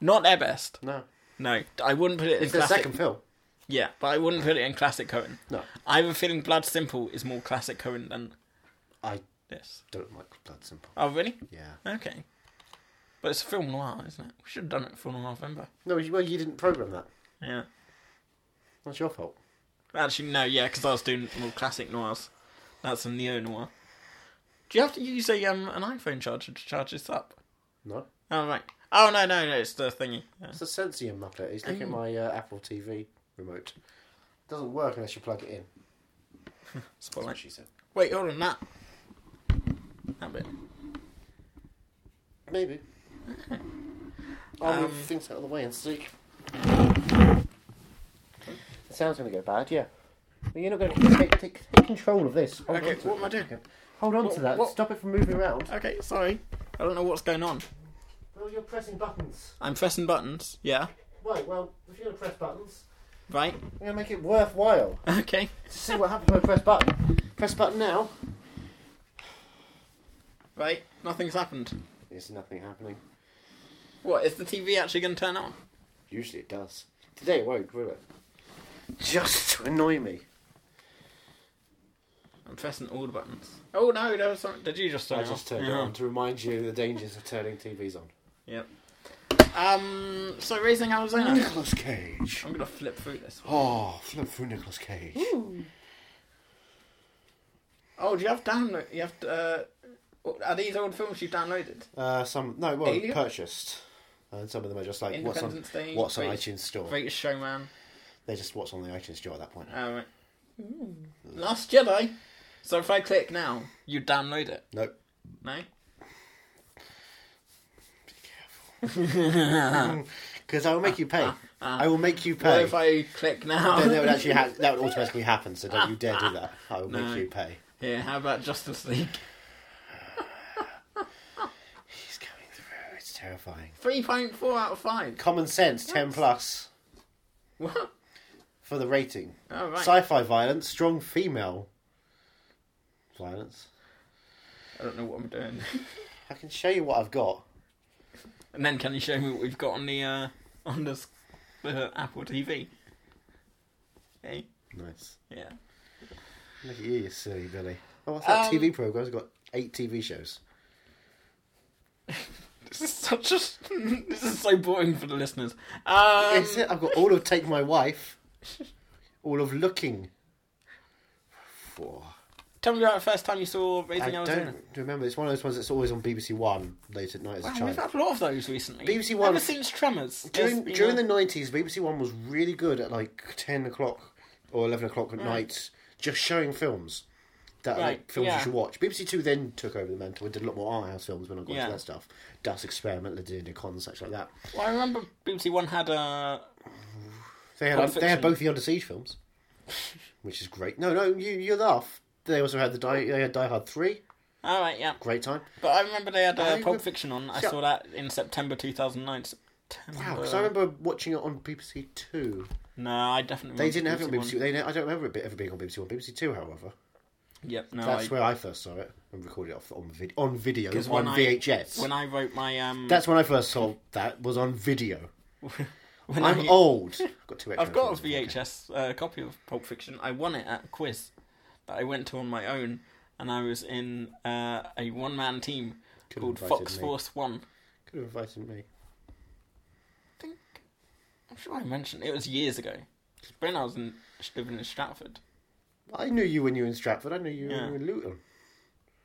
[SPEAKER 1] Not their best.
[SPEAKER 2] No.
[SPEAKER 1] No, I wouldn't put it in
[SPEAKER 2] It's their
[SPEAKER 1] classic.
[SPEAKER 2] second film.
[SPEAKER 1] Yeah, but I wouldn't put it in classic Cohen.
[SPEAKER 2] No.
[SPEAKER 1] I have a feeling Blood Simple is more classic Cohen than
[SPEAKER 2] I
[SPEAKER 1] this.
[SPEAKER 2] don't like Blood Simple.
[SPEAKER 1] Oh really?
[SPEAKER 2] Yeah.
[SPEAKER 1] Okay. But it's a film noir, isn't it? We should have done it for November.
[SPEAKER 2] No, you- well, you didn't program that.
[SPEAKER 1] Yeah.
[SPEAKER 2] That's your fault.
[SPEAKER 1] Actually, no, yeah, because I was doing more classic noirs. That's a neo noir. Do you have to use a um an iPhone charger to charge this up?
[SPEAKER 2] No.
[SPEAKER 1] Oh right. Oh no no no! It's the thingy. Yeah.
[SPEAKER 2] It's a Sensium Muppet. He's looking at my uh, Apple TV remote. Doesn't work unless you plug it in. That's what
[SPEAKER 1] Spotlight.
[SPEAKER 2] she said.
[SPEAKER 1] Wait, hold on. That. That bit.
[SPEAKER 2] Maybe. I'll move things out of the way and see. The sound's going to go bad, yeah. But you're not going to take, take, take control of this. Hold
[SPEAKER 1] Okay,
[SPEAKER 2] on to
[SPEAKER 1] what
[SPEAKER 2] it.
[SPEAKER 1] am I doing?
[SPEAKER 2] Hold on to that.
[SPEAKER 1] what-
[SPEAKER 2] Stop it from moving around.
[SPEAKER 1] Okay, sorry. I don't know what's going on.
[SPEAKER 2] Well, you're pressing buttons.
[SPEAKER 1] I'm pressing buttons. Yeah.
[SPEAKER 2] Right, well, if you're going to press buttons,
[SPEAKER 1] Right.
[SPEAKER 2] we're going to make it worthwhile.
[SPEAKER 1] Okay.
[SPEAKER 2] to see what happens when I press button. Press button now.
[SPEAKER 1] Right. Nothing's happened.
[SPEAKER 2] There's nothing happening.
[SPEAKER 1] What is the TV actually going to turn on?
[SPEAKER 2] Usually it does. Today it won't, will it? Just to annoy me.
[SPEAKER 1] I'm pressing all the buttons. Oh no! There was something. Did you just turn?
[SPEAKER 2] I
[SPEAKER 1] it
[SPEAKER 2] just
[SPEAKER 1] off?
[SPEAKER 2] turned it
[SPEAKER 1] Yeah.
[SPEAKER 2] on to remind you of the dangers of turning TVs on.
[SPEAKER 1] Yep. Um. So raising Arizona.
[SPEAKER 2] Nicolas Cage.
[SPEAKER 1] I'm gonna flip through this.
[SPEAKER 2] Oh, flip through Nicolas Cage.
[SPEAKER 1] Oh, do you have download? You have to. Uh, are these old films you've downloaded?
[SPEAKER 2] Uh, some no, well,
[SPEAKER 1] Alien?
[SPEAKER 2] purchased. Uh, And some of them are just like what's on
[SPEAKER 1] Independence Day,
[SPEAKER 2] what's on
[SPEAKER 1] Greatest-
[SPEAKER 2] iTunes store.
[SPEAKER 1] Greatest Showman.
[SPEAKER 2] They're just what's on the iTunes store at that point.
[SPEAKER 1] Um,
[SPEAKER 2] Mm.
[SPEAKER 1] Last Jedi. So if I click now, you download it.
[SPEAKER 2] Nope.
[SPEAKER 1] No.
[SPEAKER 2] Because I will make you pay. I will make you
[SPEAKER 1] Ah, What
[SPEAKER 2] pay.
[SPEAKER 1] if I click now?
[SPEAKER 2] Then that would actually ha- that would automatically happen. So don't you dare do that. I will make you pay.
[SPEAKER 1] Here, how about Justice League?
[SPEAKER 2] He's coming through. It's terrifying.
[SPEAKER 1] Three point four out of five.
[SPEAKER 2] Common sense, ten plus
[SPEAKER 1] What?
[SPEAKER 2] for the rating.
[SPEAKER 1] All Oh, right.
[SPEAKER 2] Sci-fi violence, strong female violence.
[SPEAKER 1] I don't know what I'm doing.
[SPEAKER 2] I can show you what I've got.
[SPEAKER 1] and then can you show me what we've got on the uh, on the s- uh, Apple TV? Hey.
[SPEAKER 2] Nice.
[SPEAKER 1] Yeah.
[SPEAKER 2] Look at you, you silly Billy. Oh, what's
[SPEAKER 1] Um,
[SPEAKER 2] that TV program? It's got eight TV shows.
[SPEAKER 1] This is such a. this is so boring for the listeners. Um,
[SPEAKER 2] Is it? I've got all of Take My Wife, all of Looking. Four.
[SPEAKER 1] Tell me about the first time you saw Raising
[SPEAKER 2] I
[SPEAKER 1] Arizona.
[SPEAKER 2] don't remember. It's one of those ones that's always on BBC One late at night as a
[SPEAKER 1] Wow, we've
[SPEAKER 2] child.
[SPEAKER 1] had a lot of those recently.
[SPEAKER 2] BBC One-
[SPEAKER 1] Ever since Tremors.
[SPEAKER 2] during
[SPEAKER 1] There's been
[SPEAKER 2] during
[SPEAKER 1] a-
[SPEAKER 2] the nineties, BBC One was really good at like ten o'clock or eleven o'clock at night, just showing films that
[SPEAKER 1] Mm. Right,
[SPEAKER 2] like films
[SPEAKER 1] yeah.
[SPEAKER 2] you should watch. BBC Two then took over the mantle and did a lot more art house films when I got
[SPEAKER 1] Yeah.
[SPEAKER 2] into that stuff. Das Experiment, Lady Cons, such like that.
[SPEAKER 1] Well, I remember BBC One had uh, a.
[SPEAKER 2] They had
[SPEAKER 1] Pulp
[SPEAKER 2] they had
[SPEAKER 1] Fiction.
[SPEAKER 2] both the Under Siege films, which is great. No, no, you you laugh. They also had the die. They had Die Hard Three.
[SPEAKER 1] All right, yeah.
[SPEAKER 2] Great time.
[SPEAKER 1] But I remember they had
[SPEAKER 2] I
[SPEAKER 1] uh, Pulp
[SPEAKER 2] remember-
[SPEAKER 1] Fiction on. I
[SPEAKER 2] Yeah.
[SPEAKER 1] saw that in September 2009.
[SPEAKER 2] Wow,
[SPEAKER 1] September.
[SPEAKER 2] because I remember watching it on BBC Two.
[SPEAKER 1] No, I definitely. remember
[SPEAKER 2] They didn't have it on BBC.
[SPEAKER 1] One.
[SPEAKER 2] They I don't remember it be- ever being on BBC One. BBC Two, however.
[SPEAKER 1] Yep, no.
[SPEAKER 2] That's
[SPEAKER 1] I,
[SPEAKER 2] where I first saw it and recorded it off on vid- on video
[SPEAKER 1] 'cause
[SPEAKER 2] on
[SPEAKER 1] I-
[SPEAKER 2] VHS.
[SPEAKER 1] when I wrote my um,
[SPEAKER 2] That's when I first saw that was on video.
[SPEAKER 1] when
[SPEAKER 2] I'm
[SPEAKER 1] I-
[SPEAKER 2] old. I've got two.
[SPEAKER 1] I've
[SPEAKER 2] extra
[SPEAKER 1] got a
[SPEAKER 2] phones.
[SPEAKER 1] VHS uh, copy of Pulp Fiction. I won it at a quiz that I went to on my own, and I was in uh, a one-man team
[SPEAKER 2] Could've
[SPEAKER 1] called
[SPEAKER 2] invited
[SPEAKER 1] Fox
[SPEAKER 2] me.
[SPEAKER 1] Force One.
[SPEAKER 2] Could have invited me.
[SPEAKER 1] I think I'm sure I mentioned it was years ago. 'Cause When I was in living in Stratford,
[SPEAKER 2] I knew you when you were in Stratford. I knew you
[SPEAKER 1] Yeah.
[SPEAKER 2] when you were in Luton.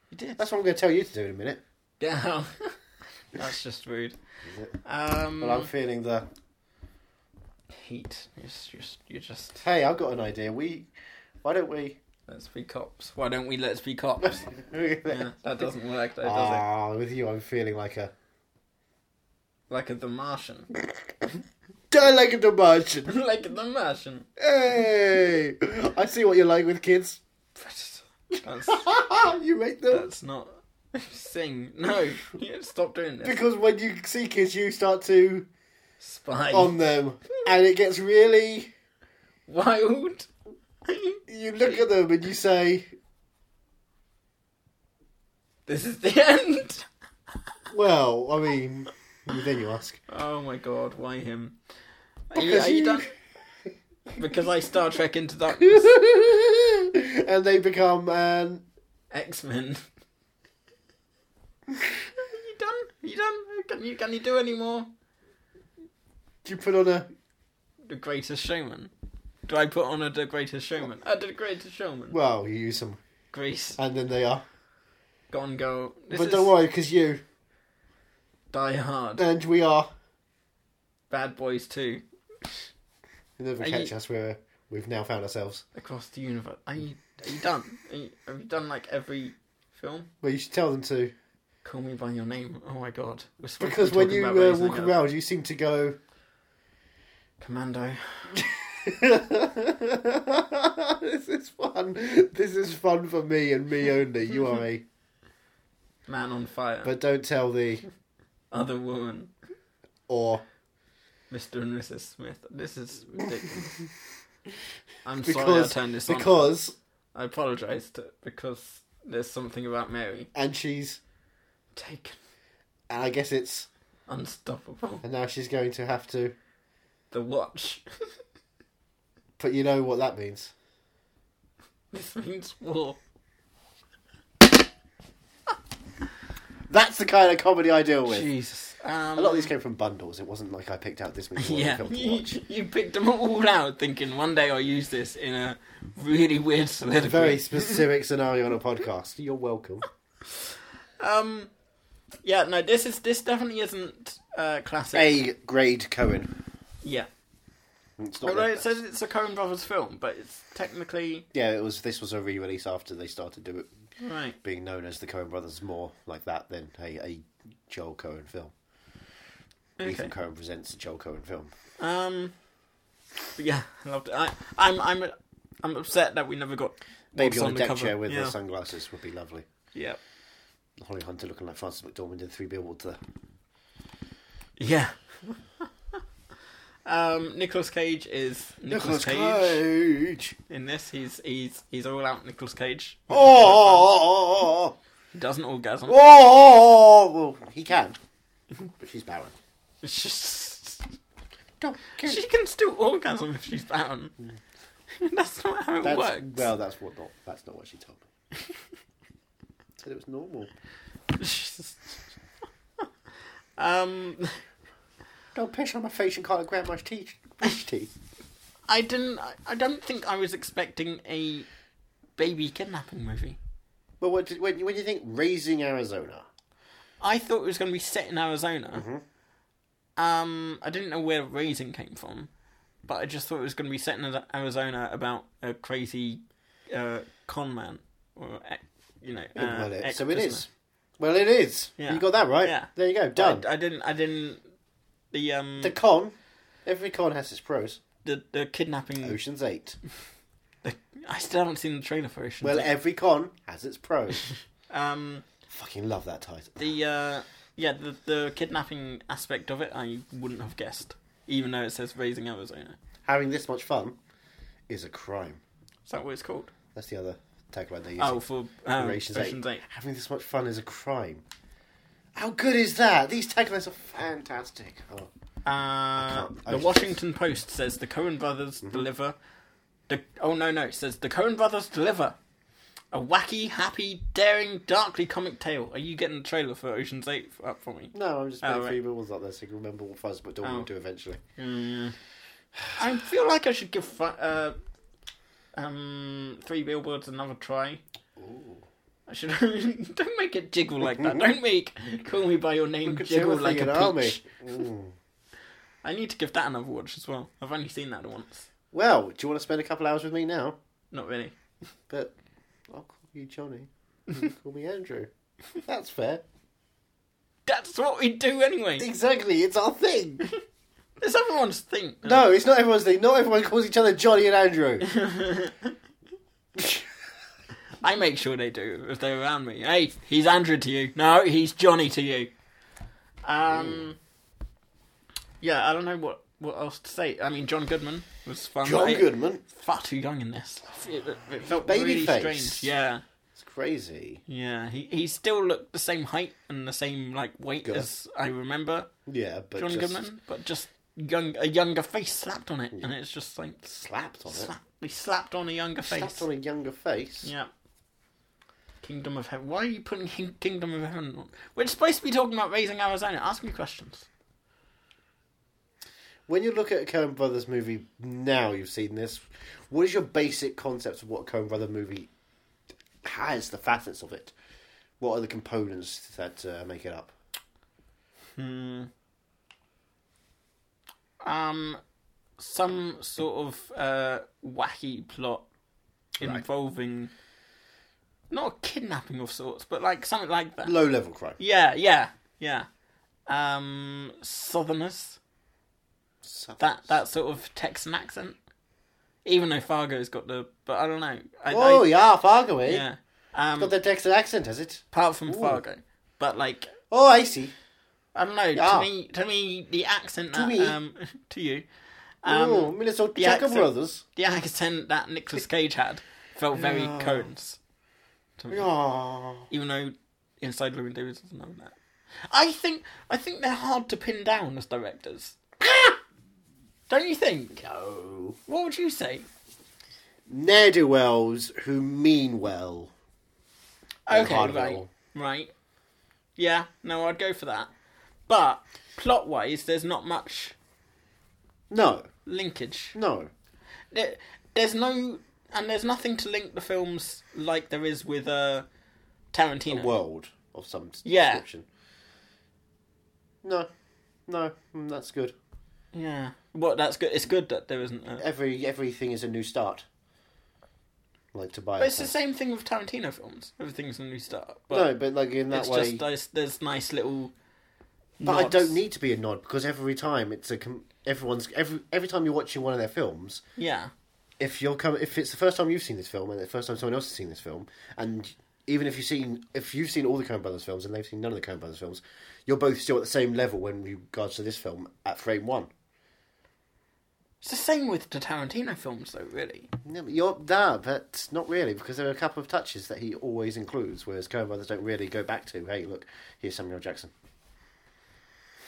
[SPEAKER 1] you did.
[SPEAKER 2] That's what I'm going to tell you to do in a minute.
[SPEAKER 1] Yeah. That's just rude.
[SPEAKER 2] it?
[SPEAKER 1] Um,
[SPEAKER 2] Well, I'm feeling the
[SPEAKER 1] heat. It's just you're just.
[SPEAKER 2] hey. I've got an idea. We why don't we?
[SPEAKER 1] Let's be cops. Why don't we let's be cops? yeah, that doesn't work though, does it?
[SPEAKER 2] Ah, with you, I'm feeling like a
[SPEAKER 1] Like a The Martian.
[SPEAKER 2] die like a Dalmatian.
[SPEAKER 1] like a The Martian.
[SPEAKER 2] Hey, I see what you're like with kids.
[SPEAKER 1] That's,
[SPEAKER 2] you make them.
[SPEAKER 1] that's not. Sing. No. Yeah, stop doing this.
[SPEAKER 2] Because when you see kids, you start to
[SPEAKER 1] Spy.
[SPEAKER 2] on them, and it gets really.
[SPEAKER 1] Wild.
[SPEAKER 2] You look at them and you say,
[SPEAKER 1] This is the end.
[SPEAKER 2] "Well, I mean," you- then you ask,
[SPEAKER 1] Oh my god, why him? Are you,
[SPEAKER 2] Because
[SPEAKER 1] are you
[SPEAKER 2] you-
[SPEAKER 1] done? Because I Star Trek into Darkness.
[SPEAKER 2] and they become um, an.
[SPEAKER 1] X Men. you done? You done? Can you can you do any more?
[SPEAKER 2] You put on a
[SPEAKER 1] The Greatest Showman. Do I put on a The Greatest Showman? I did The Greatest Showman.
[SPEAKER 2] well, you use them,
[SPEAKER 1] Grease,
[SPEAKER 2] and then they are.
[SPEAKER 1] Gone Girl. This
[SPEAKER 2] but
[SPEAKER 1] is-
[SPEAKER 2] don't worry, because you
[SPEAKER 1] Die Hard,
[SPEAKER 2] And we are.
[SPEAKER 1] Bad Boys 2,
[SPEAKER 2] You'll never
[SPEAKER 1] Are
[SPEAKER 2] catch
[SPEAKER 1] you-
[SPEAKER 2] us where we've now found ourselves.
[SPEAKER 1] Across the Universe. Are you, are you done? Are you, have you done like every film?
[SPEAKER 2] Well, you should tell them to.
[SPEAKER 1] Call Me By Your Name. Oh my god. We're supposed to be
[SPEAKER 2] Because when
[SPEAKER 1] talking
[SPEAKER 2] you
[SPEAKER 1] about
[SPEAKER 2] uh,
[SPEAKER 1] raising
[SPEAKER 2] walk
[SPEAKER 1] a
[SPEAKER 2] around, you seem to go.
[SPEAKER 1] Commando.
[SPEAKER 2] this is fun. This is fun for me and me only. You are a.
[SPEAKER 1] Man on Fire.
[SPEAKER 2] But don't tell the.
[SPEAKER 1] Other Woman.
[SPEAKER 2] Or.
[SPEAKER 1] Mr. and Mrs. Smith. This is ridiculous. I'm sorry I
[SPEAKER 2] Because.
[SPEAKER 1] turned this on.
[SPEAKER 2] because.
[SPEAKER 1] I apologise to- because there's something about Mary.
[SPEAKER 2] And she's.
[SPEAKER 1] Taken.
[SPEAKER 2] And I guess it's.
[SPEAKER 1] Unstoppable.
[SPEAKER 2] And now she's going to have to.
[SPEAKER 1] The Watch.
[SPEAKER 2] But you know what that means.
[SPEAKER 1] this means war.
[SPEAKER 2] That's the kind of comedy I deal with.
[SPEAKER 1] Jesus. Um,
[SPEAKER 2] A lot of these came from bundles. It wasn't like I picked out this movie for
[SPEAKER 1] Yeah,
[SPEAKER 2] film to
[SPEAKER 1] you,
[SPEAKER 2] watch.
[SPEAKER 1] you picked them all out thinking one day I'll use this in a really weird soliloquy.
[SPEAKER 2] Very specific scenario on a podcast. You're welcome.
[SPEAKER 1] Um, yeah, no, this is this definitely isn't uh, classic.
[SPEAKER 2] A grade Cohen.
[SPEAKER 1] Yeah,
[SPEAKER 2] It's not
[SPEAKER 1] although
[SPEAKER 2] like
[SPEAKER 1] Oh, it says it's a Coen Brothers film, but it's technically
[SPEAKER 2] yeah, it was. This was a re-release after they started doing
[SPEAKER 1] right.
[SPEAKER 2] being known as the Cohen Brothers more like that than a, a Joel Cohen film.
[SPEAKER 1] Okay.
[SPEAKER 2] Ethan Cohen presents a Joel Cohen film.
[SPEAKER 1] Um, but yeah, I loved it. I, I'm I'm I'm upset that we never got
[SPEAKER 2] Maybe
[SPEAKER 1] what's
[SPEAKER 2] on a deck
[SPEAKER 1] cover.
[SPEAKER 2] chair with
[SPEAKER 1] yeah.
[SPEAKER 2] the sunglasses would be lovely.
[SPEAKER 1] Yeah,
[SPEAKER 2] Holly Hunter looking like Francis McDormand in Three Billboards there.
[SPEAKER 1] yeah. um, Nicolas Cage is Nicolas Cage.
[SPEAKER 2] Cage.
[SPEAKER 1] in this. He's he's he's all out Nicolas Cage.
[SPEAKER 2] Oh, oh,
[SPEAKER 1] He doesn't orgasm.
[SPEAKER 2] oh, oh, well, he can, but she's barren.
[SPEAKER 1] she
[SPEAKER 2] Don't care.
[SPEAKER 1] can still orgasm if she's down. That's not how it
[SPEAKER 2] That's,
[SPEAKER 1] works.
[SPEAKER 2] Well, that's what not. That's not what she told me. Said it was normal.
[SPEAKER 1] um,
[SPEAKER 2] Don't piss on my face and call it grandma's tea. Fish tea.
[SPEAKER 1] I didn't. I, I don't think I was expecting a baby kidnapping movie.
[SPEAKER 2] Well, what, did- when, when do you think raising Arizona?
[SPEAKER 1] I thought it was going to be set in Arizona.
[SPEAKER 2] Mm-hmm.
[SPEAKER 1] Um, I didn't know where raising came from, but I just thought it was going to be set in Ari- Arizona about a crazy uh, con man or ex- you know. Uh,
[SPEAKER 2] well, it, so it
[SPEAKER 1] ex-prisoner.
[SPEAKER 2] is. Well, it is.
[SPEAKER 1] Yeah.
[SPEAKER 2] You got that right.
[SPEAKER 1] Yeah.
[SPEAKER 2] There you go.
[SPEAKER 1] I,
[SPEAKER 2] Done.
[SPEAKER 1] I didn't. I didn't. The um
[SPEAKER 2] the
[SPEAKER 1] the
[SPEAKER 2] con. Every con has its pros.
[SPEAKER 1] the, kidnapping.
[SPEAKER 2] Ocean's Eight.
[SPEAKER 1] The, I still haven't seen the trailer for Ocean.
[SPEAKER 2] Well, every con has its pros.
[SPEAKER 1] um
[SPEAKER 2] Fucking love that title.
[SPEAKER 1] the uh yeah the the kidnapping aspect of it I wouldn't have guessed even though it says raising Arizona.
[SPEAKER 2] Having this much fun is a crime.
[SPEAKER 1] Is that what it's called?
[SPEAKER 2] That's the other tagline they use.
[SPEAKER 1] Oh, for um,
[SPEAKER 2] Ocean's
[SPEAKER 1] Ocean's,
[SPEAKER 2] Eight.
[SPEAKER 1] Eight.
[SPEAKER 2] Having this much fun is a crime. How good is that? These taglines are fantastic. Oh,
[SPEAKER 1] Uh,
[SPEAKER 2] can't- I- Mm-hmm.
[SPEAKER 1] the Washington Post says the Cohen brothers deliver. The oh no no it says the Cohen brothers deliver a wacky, happy, daring, darkly comic tale. Are you getting the trailer for Ocean's Eight f- up for me?
[SPEAKER 2] no, I'm just putting
[SPEAKER 1] Oh,
[SPEAKER 2] three
[SPEAKER 1] right.
[SPEAKER 2] bubbles up there so you can remember what Fuzz but Dawn
[SPEAKER 1] Oh.
[SPEAKER 2] will do eventually.
[SPEAKER 1] I feel like I should give fu- uh, um three billboards another try. I should don't make it jiggle like that. Don't make call me by your name
[SPEAKER 2] Look at
[SPEAKER 1] jiggle
[SPEAKER 2] Timothy
[SPEAKER 1] like a
[SPEAKER 2] and
[SPEAKER 1] peach.
[SPEAKER 2] Army.
[SPEAKER 1] I need to give that another watch as well. I've only seen that once.
[SPEAKER 2] Well, do you want to spend a couple hours with me now?
[SPEAKER 1] Not really.
[SPEAKER 2] But I'll call you Johnny. You can call me Andrew. That's fair.
[SPEAKER 1] That's what we do anyway.
[SPEAKER 2] Exactly, it's our thing.
[SPEAKER 1] It's everyone's thing.
[SPEAKER 2] No, it's not everyone's thing. Not everyone calls each other Johnny and Andrew.
[SPEAKER 1] I make sure they do if they're around me. Hey, he's Andrew to you. No, he's Johnny to you. Um, yeah, I don't know what what else to say. I mean, John Goodman was fun.
[SPEAKER 2] John
[SPEAKER 1] I-
[SPEAKER 2] Goodman.
[SPEAKER 1] far too young in this. It, it felt
[SPEAKER 2] Baby
[SPEAKER 1] really
[SPEAKER 2] face.
[SPEAKER 1] strange. Yeah,
[SPEAKER 2] It's crazy.
[SPEAKER 1] yeah. He he still looked the same height and the same like weight
[SPEAKER 2] Good.
[SPEAKER 1] as I remember
[SPEAKER 2] Yeah, but
[SPEAKER 1] John
[SPEAKER 2] just
[SPEAKER 1] Goodman, but just young a younger face slapped on it, and it's just like
[SPEAKER 2] slapped on it.
[SPEAKER 1] slap, he slapped on a younger face.
[SPEAKER 2] Slapped on a younger face.
[SPEAKER 1] Yeah. Kingdom of Heaven. Why are you putting King- Kingdom of Heaven on? We're supposed to be talking about raising Arizona. Ask me questions.
[SPEAKER 2] When you look at a Coen Brothers movie now, you've seen this. What is your basic concept of what a Coen Brother movie has? The facets of it. What are the components that uh, make it up?
[SPEAKER 1] Um, some sort of uh, wacky plot involving not a kidnapping of sorts, but like something like that.
[SPEAKER 2] Low level crime.
[SPEAKER 1] Yeah, yeah, yeah. Um, Southerners. That that sort of Texan accent. Even though Fargo's got the, but I don't know. I,
[SPEAKER 2] Oh
[SPEAKER 1] I-
[SPEAKER 2] yeah, Fargo, eh?
[SPEAKER 1] yeah. Um,
[SPEAKER 2] Got the Texan accent, has it?
[SPEAKER 1] apart from Fargo, but like
[SPEAKER 2] Oh, I see.
[SPEAKER 1] I don't know.
[SPEAKER 2] Yeah.
[SPEAKER 1] To me, to me, the accent that
[SPEAKER 2] me.
[SPEAKER 1] um to you, Um,
[SPEAKER 2] oh, Minnesota
[SPEAKER 1] the
[SPEAKER 2] Tucker
[SPEAKER 1] accent-
[SPEAKER 2] Brothers.
[SPEAKER 1] the accent that Nicolas Cage had felt very Coens. To me.
[SPEAKER 2] Oh,
[SPEAKER 1] Even though Inside Llewyn Davis doesn't know that. I think I think they're hard to pin down as directors. don't you think?
[SPEAKER 2] no.
[SPEAKER 1] What would you say?
[SPEAKER 2] Ne'er do wells who mean well. They're
[SPEAKER 1] Okay,
[SPEAKER 2] hard
[SPEAKER 1] right,
[SPEAKER 2] well.
[SPEAKER 1] right. Yeah, no, I'd go for that. But plot wise, there's not much
[SPEAKER 2] No,
[SPEAKER 1] linkage.
[SPEAKER 2] no.
[SPEAKER 1] there, there's no and there's nothing to link the films like there is with uh Tarantino.
[SPEAKER 2] World of some s-
[SPEAKER 1] Yeah.
[SPEAKER 2] description. No, no, mm, that's good.
[SPEAKER 1] yeah. Well, that's good. It's good that there isn't. uh, A,
[SPEAKER 2] Every everything is a new start. Like to buy.
[SPEAKER 1] but it's the same thing with Tarantino films. Everything's a new start. But
[SPEAKER 2] No, but like in that
[SPEAKER 1] it's
[SPEAKER 2] way.
[SPEAKER 1] just there's, there's nice little.
[SPEAKER 2] But I
[SPEAKER 1] nods.
[SPEAKER 2] don't need to be a nod because every time it's a com- everyone's every every time you're watching one of their films,
[SPEAKER 1] Yeah.
[SPEAKER 2] if you're com- if it's the first time you've seen this film and the first time someone else has seen this film, and even if you've seen if you've seen all the Coen Brothers films and they've seen none of the Coen Brothers films, you're both still at the same level when regards to this film at frame one.
[SPEAKER 1] It's the same with the Tarantino films, though. Really.
[SPEAKER 2] No, but you're nah, but not really because there are a couple of touches that he always includes, whereas Coen Brothers don't really go back to. Hey, look, here's Samuel Jackson.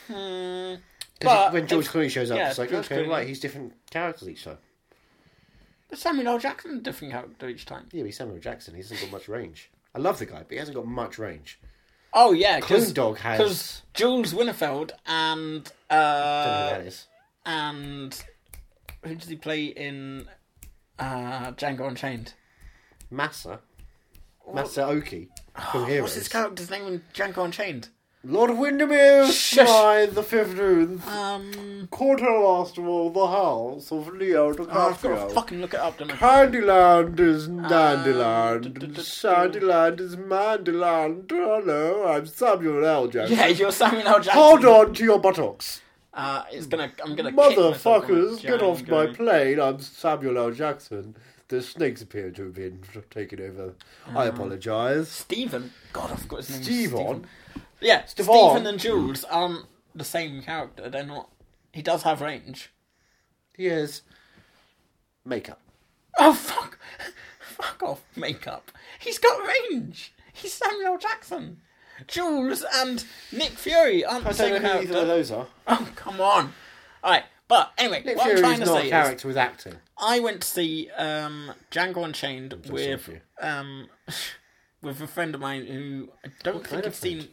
[SPEAKER 1] Hmm.
[SPEAKER 2] 'Cause
[SPEAKER 1] But
[SPEAKER 2] when George
[SPEAKER 1] if-
[SPEAKER 2] Clooney shows up,
[SPEAKER 1] yeah,
[SPEAKER 2] it's like
[SPEAKER 1] George
[SPEAKER 2] okay,
[SPEAKER 1] Clooney-
[SPEAKER 2] right, he's different characters each time.
[SPEAKER 1] But Samuel L. Jackson's a different character each time.
[SPEAKER 2] Yeah, but he's Samuel Jackson. He hasn't got much range. I love the guy, but he hasn't got much range.
[SPEAKER 1] Oh yeah,
[SPEAKER 2] Clone Dog has-
[SPEAKER 1] because Jules Winifeld and
[SPEAKER 2] I don't know
[SPEAKER 1] uh,
[SPEAKER 2] who that is.
[SPEAKER 1] and who does he play in uh, Django Unchained?
[SPEAKER 2] Massa. Massa Oki from
[SPEAKER 1] What's his
[SPEAKER 2] Heroes.
[SPEAKER 1] character's name in Django Unchained?
[SPEAKER 2] Lord of Windermere,
[SPEAKER 1] Shush.
[SPEAKER 2] by the 15th,
[SPEAKER 1] Um,
[SPEAKER 2] quartermaster of the house of
[SPEAKER 1] Ah,
[SPEAKER 2] Leo
[SPEAKER 1] Oh, I've got
[SPEAKER 2] DiCaprio.
[SPEAKER 1] to fucking look it up. Don't I?
[SPEAKER 2] Candyland is
[SPEAKER 1] Um,
[SPEAKER 2] Dandyland,
[SPEAKER 1] du- du- du-
[SPEAKER 2] Sandyland is Mandyland. Hello, I'm Samuel L. Jackson.
[SPEAKER 1] Yeah, you're Samuel L. Jackson.
[SPEAKER 2] Hold on to your buttocks.
[SPEAKER 1] Uh, it's gonna. I'm gonna. kick myself when
[SPEAKER 2] Motherfuckers,
[SPEAKER 1] it's
[SPEAKER 2] get off my
[SPEAKER 1] Django.
[SPEAKER 2] plane. I'm Samuel L. Jackson. The snakes appear to have been taken over. I
[SPEAKER 1] Mm.
[SPEAKER 2] apologise.
[SPEAKER 1] Stephen. God, I've got his name.
[SPEAKER 2] Stevon.
[SPEAKER 1] Yeah,
[SPEAKER 2] Stevon.
[SPEAKER 1] Stephen and Jules aren't the same character. They're not. He does have range.
[SPEAKER 2] He has makeup.
[SPEAKER 1] Oh fuck! Fuck off, makeup. He's got range. He's Samuel L. Jackson. Jules and Nick Fury aren't the
[SPEAKER 2] I don't
[SPEAKER 1] same
[SPEAKER 2] know who either of
[SPEAKER 1] character.
[SPEAKER 2] those are.
[SPEAKER 1] Oh come on! Alright, but anyway,
[SPEAKER 2] Nick
[SPEAKER 1] what
[SPEAKER 2] Fury's
[SPEAKER 1] I'm trying to
[SPEAKER 2] not
[SPEAKER 1] say
[SPEAKER 2] a
[SPEAKER 1] is,
[SPEAKER 2] character with acting.
[SPEAKER 1] I went to see um, Django Unchained
[SPEAKER 2] sorry
[SPEAKER 1] with
[SPEAKER 2] for you.
[SPEAKER 1] um, with a friend of mine who I don't think
[SPEAKER 2] kind
[SPEAKER 1] I've
[SPEAKER 2] of friend?
[SPEAKER 1] seen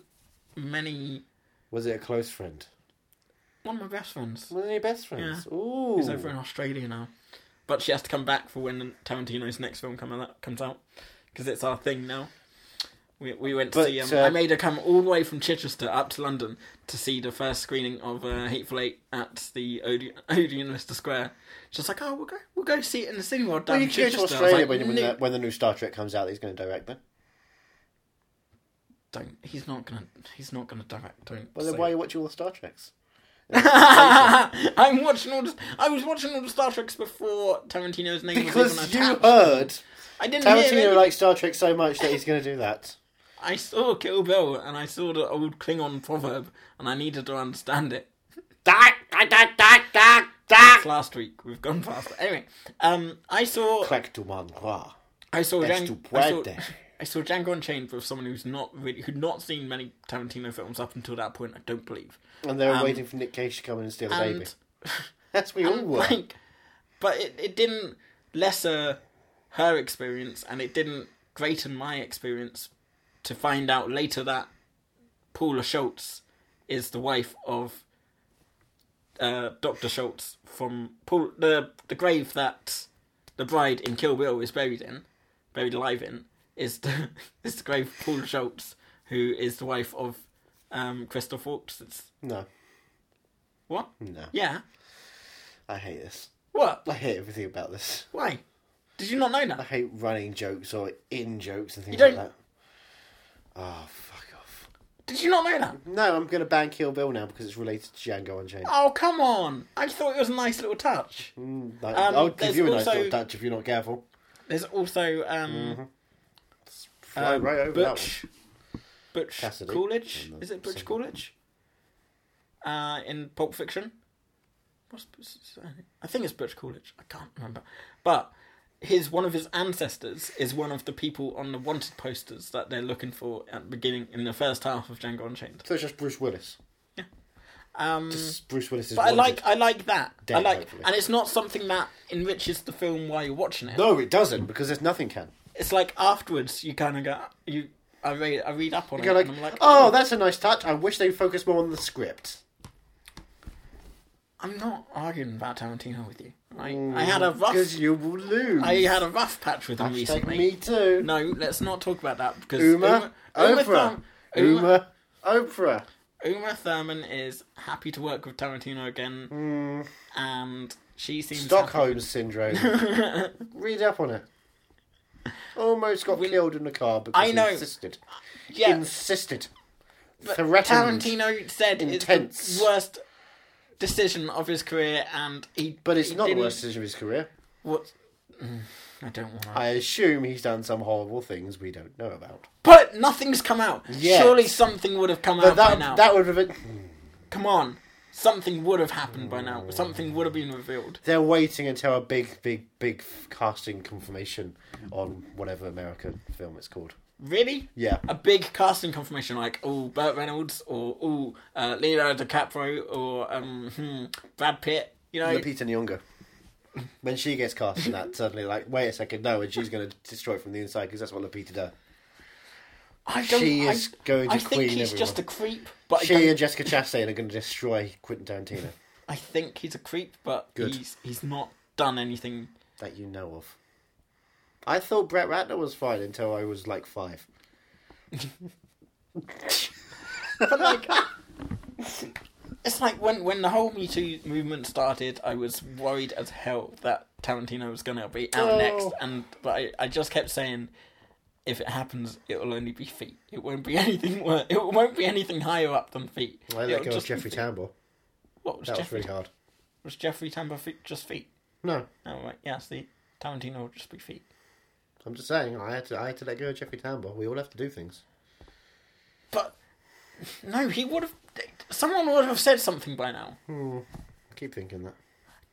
[SPEAKER 1] many.
[SPEAKER 2] Was it a close friend?
[SPEAKER 1] One of my best friends.
[SPEAKER 2] One of your best friends.
[SPEAKER 1] Yeah.
[SPEAKER 2] Ooh.
[SPEAKER 1] She's over in Australia now, but she has to come back for when Tarantino's next film coming out, comes out because it's our thing now. We we went to
[SPEAKER 2] But,
[SPEAKER 1] see. Um,
[SPEAKER 2] uh,
[SPEAKER 1] I made her come all the way from Chichester up to London to see the first screening of uh, Hateful Eight at the Odeon, Odeon Leicester Square. She's like, "Oh, we'll go, we'll go see it in the cinema." down
[SPEAKER 2] Well, you
[SPEAKER 1] in
[SPEAKER 2] can go to
[SPEAKER 1] Chichester." I was
[SPEAKER 2] Australia
[SPEAKER 1] like,
[SPEAKER 2] when, when,
[SPEAKER 1] "No,
[SPEAKER 2] the, when the new Star Trek comes out that he's going to direct then.
[SPEAKER 1] Don't. He's not gonna. He's not gonna direct. Don't.
[SPEAKER 2] Well, then
[SPEAKER 1] say
[SPEAKER 2] why are
[SPEAKER 1] it.
[SPEAKER 2] you watching all the Star Treks?
[SPEAKER 1] I'm watching all. The, I was watching all the Star Treks before Tarantino's name was
[SPEAKER 2] Because
[SPEAKER 1] even
[SPEAKER 2] you
[SPEAKER 1] attached.
[SPEAKER 2] heard
[SPEAKER 1] I didn't hear
[SPEAKER 2] Tarantino
[SPEAKER 1] any-
[SPEAKER 2] likes Star Trek so much that he's going to do that.
[SPEAKER 1] I saw Kill Bill and I saw the old Klingon proverb and I needed to understand it. It's last week. We've gone past it. Anyway, um, I saw
[SPEAKER 2] Claque du manoir.
[SPEAKER 1] I saw,
[SPEAKER 2] That's
[SPEAKER 1] Django,
[SPEAKER 2] too
[SPEAKER 1] I saw
[SPEAKER 2] bad.
[SPEAKER 1] I saw Django Unchained with someone who's not really who'd not seen many Tarantino films up until that point. I don't believe.
[SPEAKER 2] And they're waiting for Nick Cage to come in and steal the baby.
[SPEAKER 1] Um, And
[SPEAKER 2] That's we all were.
[SPEAKER 1] like, but it it didn't lesser her experience and it didn't greaten my experience to find out later that Paula Schultz is the wife of uh, Doctor Schultz from Paul, the the grave that the bride in Kill Bill is buried in, buried alive in, is the is the grave of Paula Schultz, who is the wife of um, Christoph Waltz. It's
[SPEAKER 2] No,
[SPEAKER 1] what?
[SPEAKER 2] no.
[SPEAKER 1] Yeah.
[SPEAKER 2] I hate this.
[SPEAKER 1] What?
[SPEAKER 2] I hate everything about this.
[SPEAKER 1] Why? Did you not know
[SPEAKER 2] I
[SPEAKER 1] that?
[SPEAKER 2] hate running jokes or in jokes and things
[SPEAKER 1] You
[SPEAKER 2] like
[SPEAKER 1] don't-
[SPEAKER 2] that. Oh, fuck off.
[SPEAKER 1] Did you not know that?
[SPEAKER 2] No, I'm going to ban Kill Bill now because it's related to Django Unchained.
[SPEAKER 1] Oh come on! I thought it was a nice little touch.
[SPEAKER 2] Mm-hmm. Like,
[SPEAKER 1] um,
[SPEAKER 2] I'll give
[SPEAKER 1] there's
[SPEAKER 2] you a nice
[SPEAKER 1] also-
[SPEAKER 2] little touch if you're not careful.
[SPEAKER 1] There's also um,
[SPEAKER 2] Mm-hmm. Fly
[SPEAKER 1] um,
[SPEAKER 2] right over that one.
[SPEAKER 1] Butch, Butch
[SPEAKER 2] Cassidy.
[SPEAKER 1] Coolidge.
[SPEAKER 2] And the
[SPEAKER 1] Is it Butch
[SPEAKER 2] second-
[SPEAKER 1] Coolidge? Uh, in Pulp Fiction. What's Butch's surname? I think it's Butch Coolidge. I can't remember, but his one of his ancestors is one of the people on the wanted posters that they're looking for at the beginning in the first half of Django Unchained.
[SPEAKER 2] So it's just Bruce Willis.
[SPEAKER 1] Um,
[SPEAKER 2] Just Bruce Willis is.
[SPEAKER 1] but I
[SPEAKER 2] wanted.
[SPEAKER 1] like uh, I like that. I
[SPEAKER 2] Dead,
[SPEAKER 1] like,
[SPEAKER 2] hopefully.
[SPEAKER 1] and it's not something that enriches the film while you're watching it.
[SPEAKER 2] No, it doesn't because there's nothing can.
[SPEAKER 1] It's like afterwards you kind of go you. I read I read up on
[SPEAKER 2] You
[SPEAKER 1] it
[SPEAKER 2] go like,
[SPEAKER 1] and I'm like, um,
[SPEAKER 2] oh, that's a nice touch. I wish they focused more on the script.
[SPEAKER 1] I'm not arguing about Tarantino with you. I, I had a rough
[SPEAKER 2] Because Mm, you will lose.
[SPEAKER 1] I had a rough patch with him
[SPEAKER 2] Hashtag
[SPEAKER 1] recently.
[SPEAKER 2] me too.
[SPEAKER 1] No, let's not talk about that because
[SPEAKER 2] Uma,
[SPEAKER 1] Uma,
[SPEAKER 2] Oprah,
[SPEAKER 1] Thurm- Uma,
[SPEAKER 2] Uma, Oprah.
[SPEAKER 1] Uma Thurman is happy to work with Tarantino again,
[SPEAKER 2] Mm.
[SPEAKER 1] and she seems
[SPEAKER 2] Stockholm syndrome. Read up on it. Almost got killed in the car because
[SPEAKER 1] I know.
[SPEAKER 2] he insisted.
[SPEAKER 1] happy. Yeah,
[SPEAKER 2] Insisted.
[SPEAKER 1] but
[SPEAKER 2] Threatened.
[SPEAKER 1] Tarantino said it's
[SPEAKER 2] Intense.
[SPEAKER 1] the worst decision of his career, and he
[SPEAKER 2] But it's
[SPEAKER 1] he
[SPEAKER 2] not the
[SPEAKER 1] didn't-
[SPEAKER 2] worst decision of his career.
[SPEAKER 1] What? Mm, I don't want to.
[SPEAKER 2] I assume he's done some horrible things we don't know about.
[SPEAKER 1] But nothing's come out.
[SPEAKER 2] Yet.
[SPEAKER 1] Surely something would have come out
[SPEAKER 2] But
[SPEAKER 1] by now.
[SPEAKER 2] that, that would have been.
[SPEAKER 1] Come on. Something would have happened by now. Something would have been revealed.
[SPEAKER 2] They're waiting until a big, big, big casting confirmation on whatever American film it's called.
[SPEAKER 1] Really?
[SPEAKER 2] Yeah.
[SPEAKER 1] A big casting confirmation like, oh, Burt Reynolds or oh, uh, Leonardo DiCaprio or um, hmm, Brad Pitt. You know,
[SPEAKER 2] Lupita Nyong'o. When she gets cast in that, suddenly like, wait a second, no, and she's going to destroy it from the inside because that's what Lupita does.
[SPEAKER 1] I don't.
[SPEAKER 2] she
[SPEAKER 1] I,
[SPEAKER 2] is going to
[SPEAKER 1] I think
[SPEAKER 2] queen
[SPEAKER 1] he's
[SPEAKER 2] everyone.
[SPEAKER 1] just a creep, but I,
[SPEAKER 2] She
[SPEAKER 1] don't-
[SPEAKER 2] and Jessica Chastain are going to destroy Quentin Tarantino
[SPEAKER 1] I think he's a creep, but
[SPEAKER 2] Good.
[SPEAKER 1] he's he's not done anything.
[SPEAKER 2] that you know of. I thought Brett Ratner was fine until I was like five.
[SPEAKER 1] But like, it's like when when the whole Me Too movement started, I was worried as hell that Tarantino was gonna be out next, and but I, I just kept saying, if it happens, it'll only be feet. It won't be anything. wor- It won't be anything higher up than feet.
[SPEAKER 2] I
[SPEAKER 1] It'll
[SPEAKER 2] let go of
[SPEAKER 1] just be
[SPEAKER 2] Jeffrey
[SPEAKER 1] feet.
[SPEAKER 2] Tambor.
[SPEAKER 1] What was
[SPEAKER 2] That was
[SPEAKER 1] Jeffrey?
[SPEAKER 2] really hard.
[SPEAKER 1] Was Jeffrey Tambor feet, just feet?
[SPEAKER 2] No,
[SPEAKER 1] Oh right, yeah, see, Tarantino will just be feet.
[SPEAKER 2] I'm just saying I had to. I had to let go of Jeffrey Tambor. We all have to do things.
[SPEAKER 1] But no, he would have. Someone would have said something by now.
[SPEAKER 2] I keep thinking that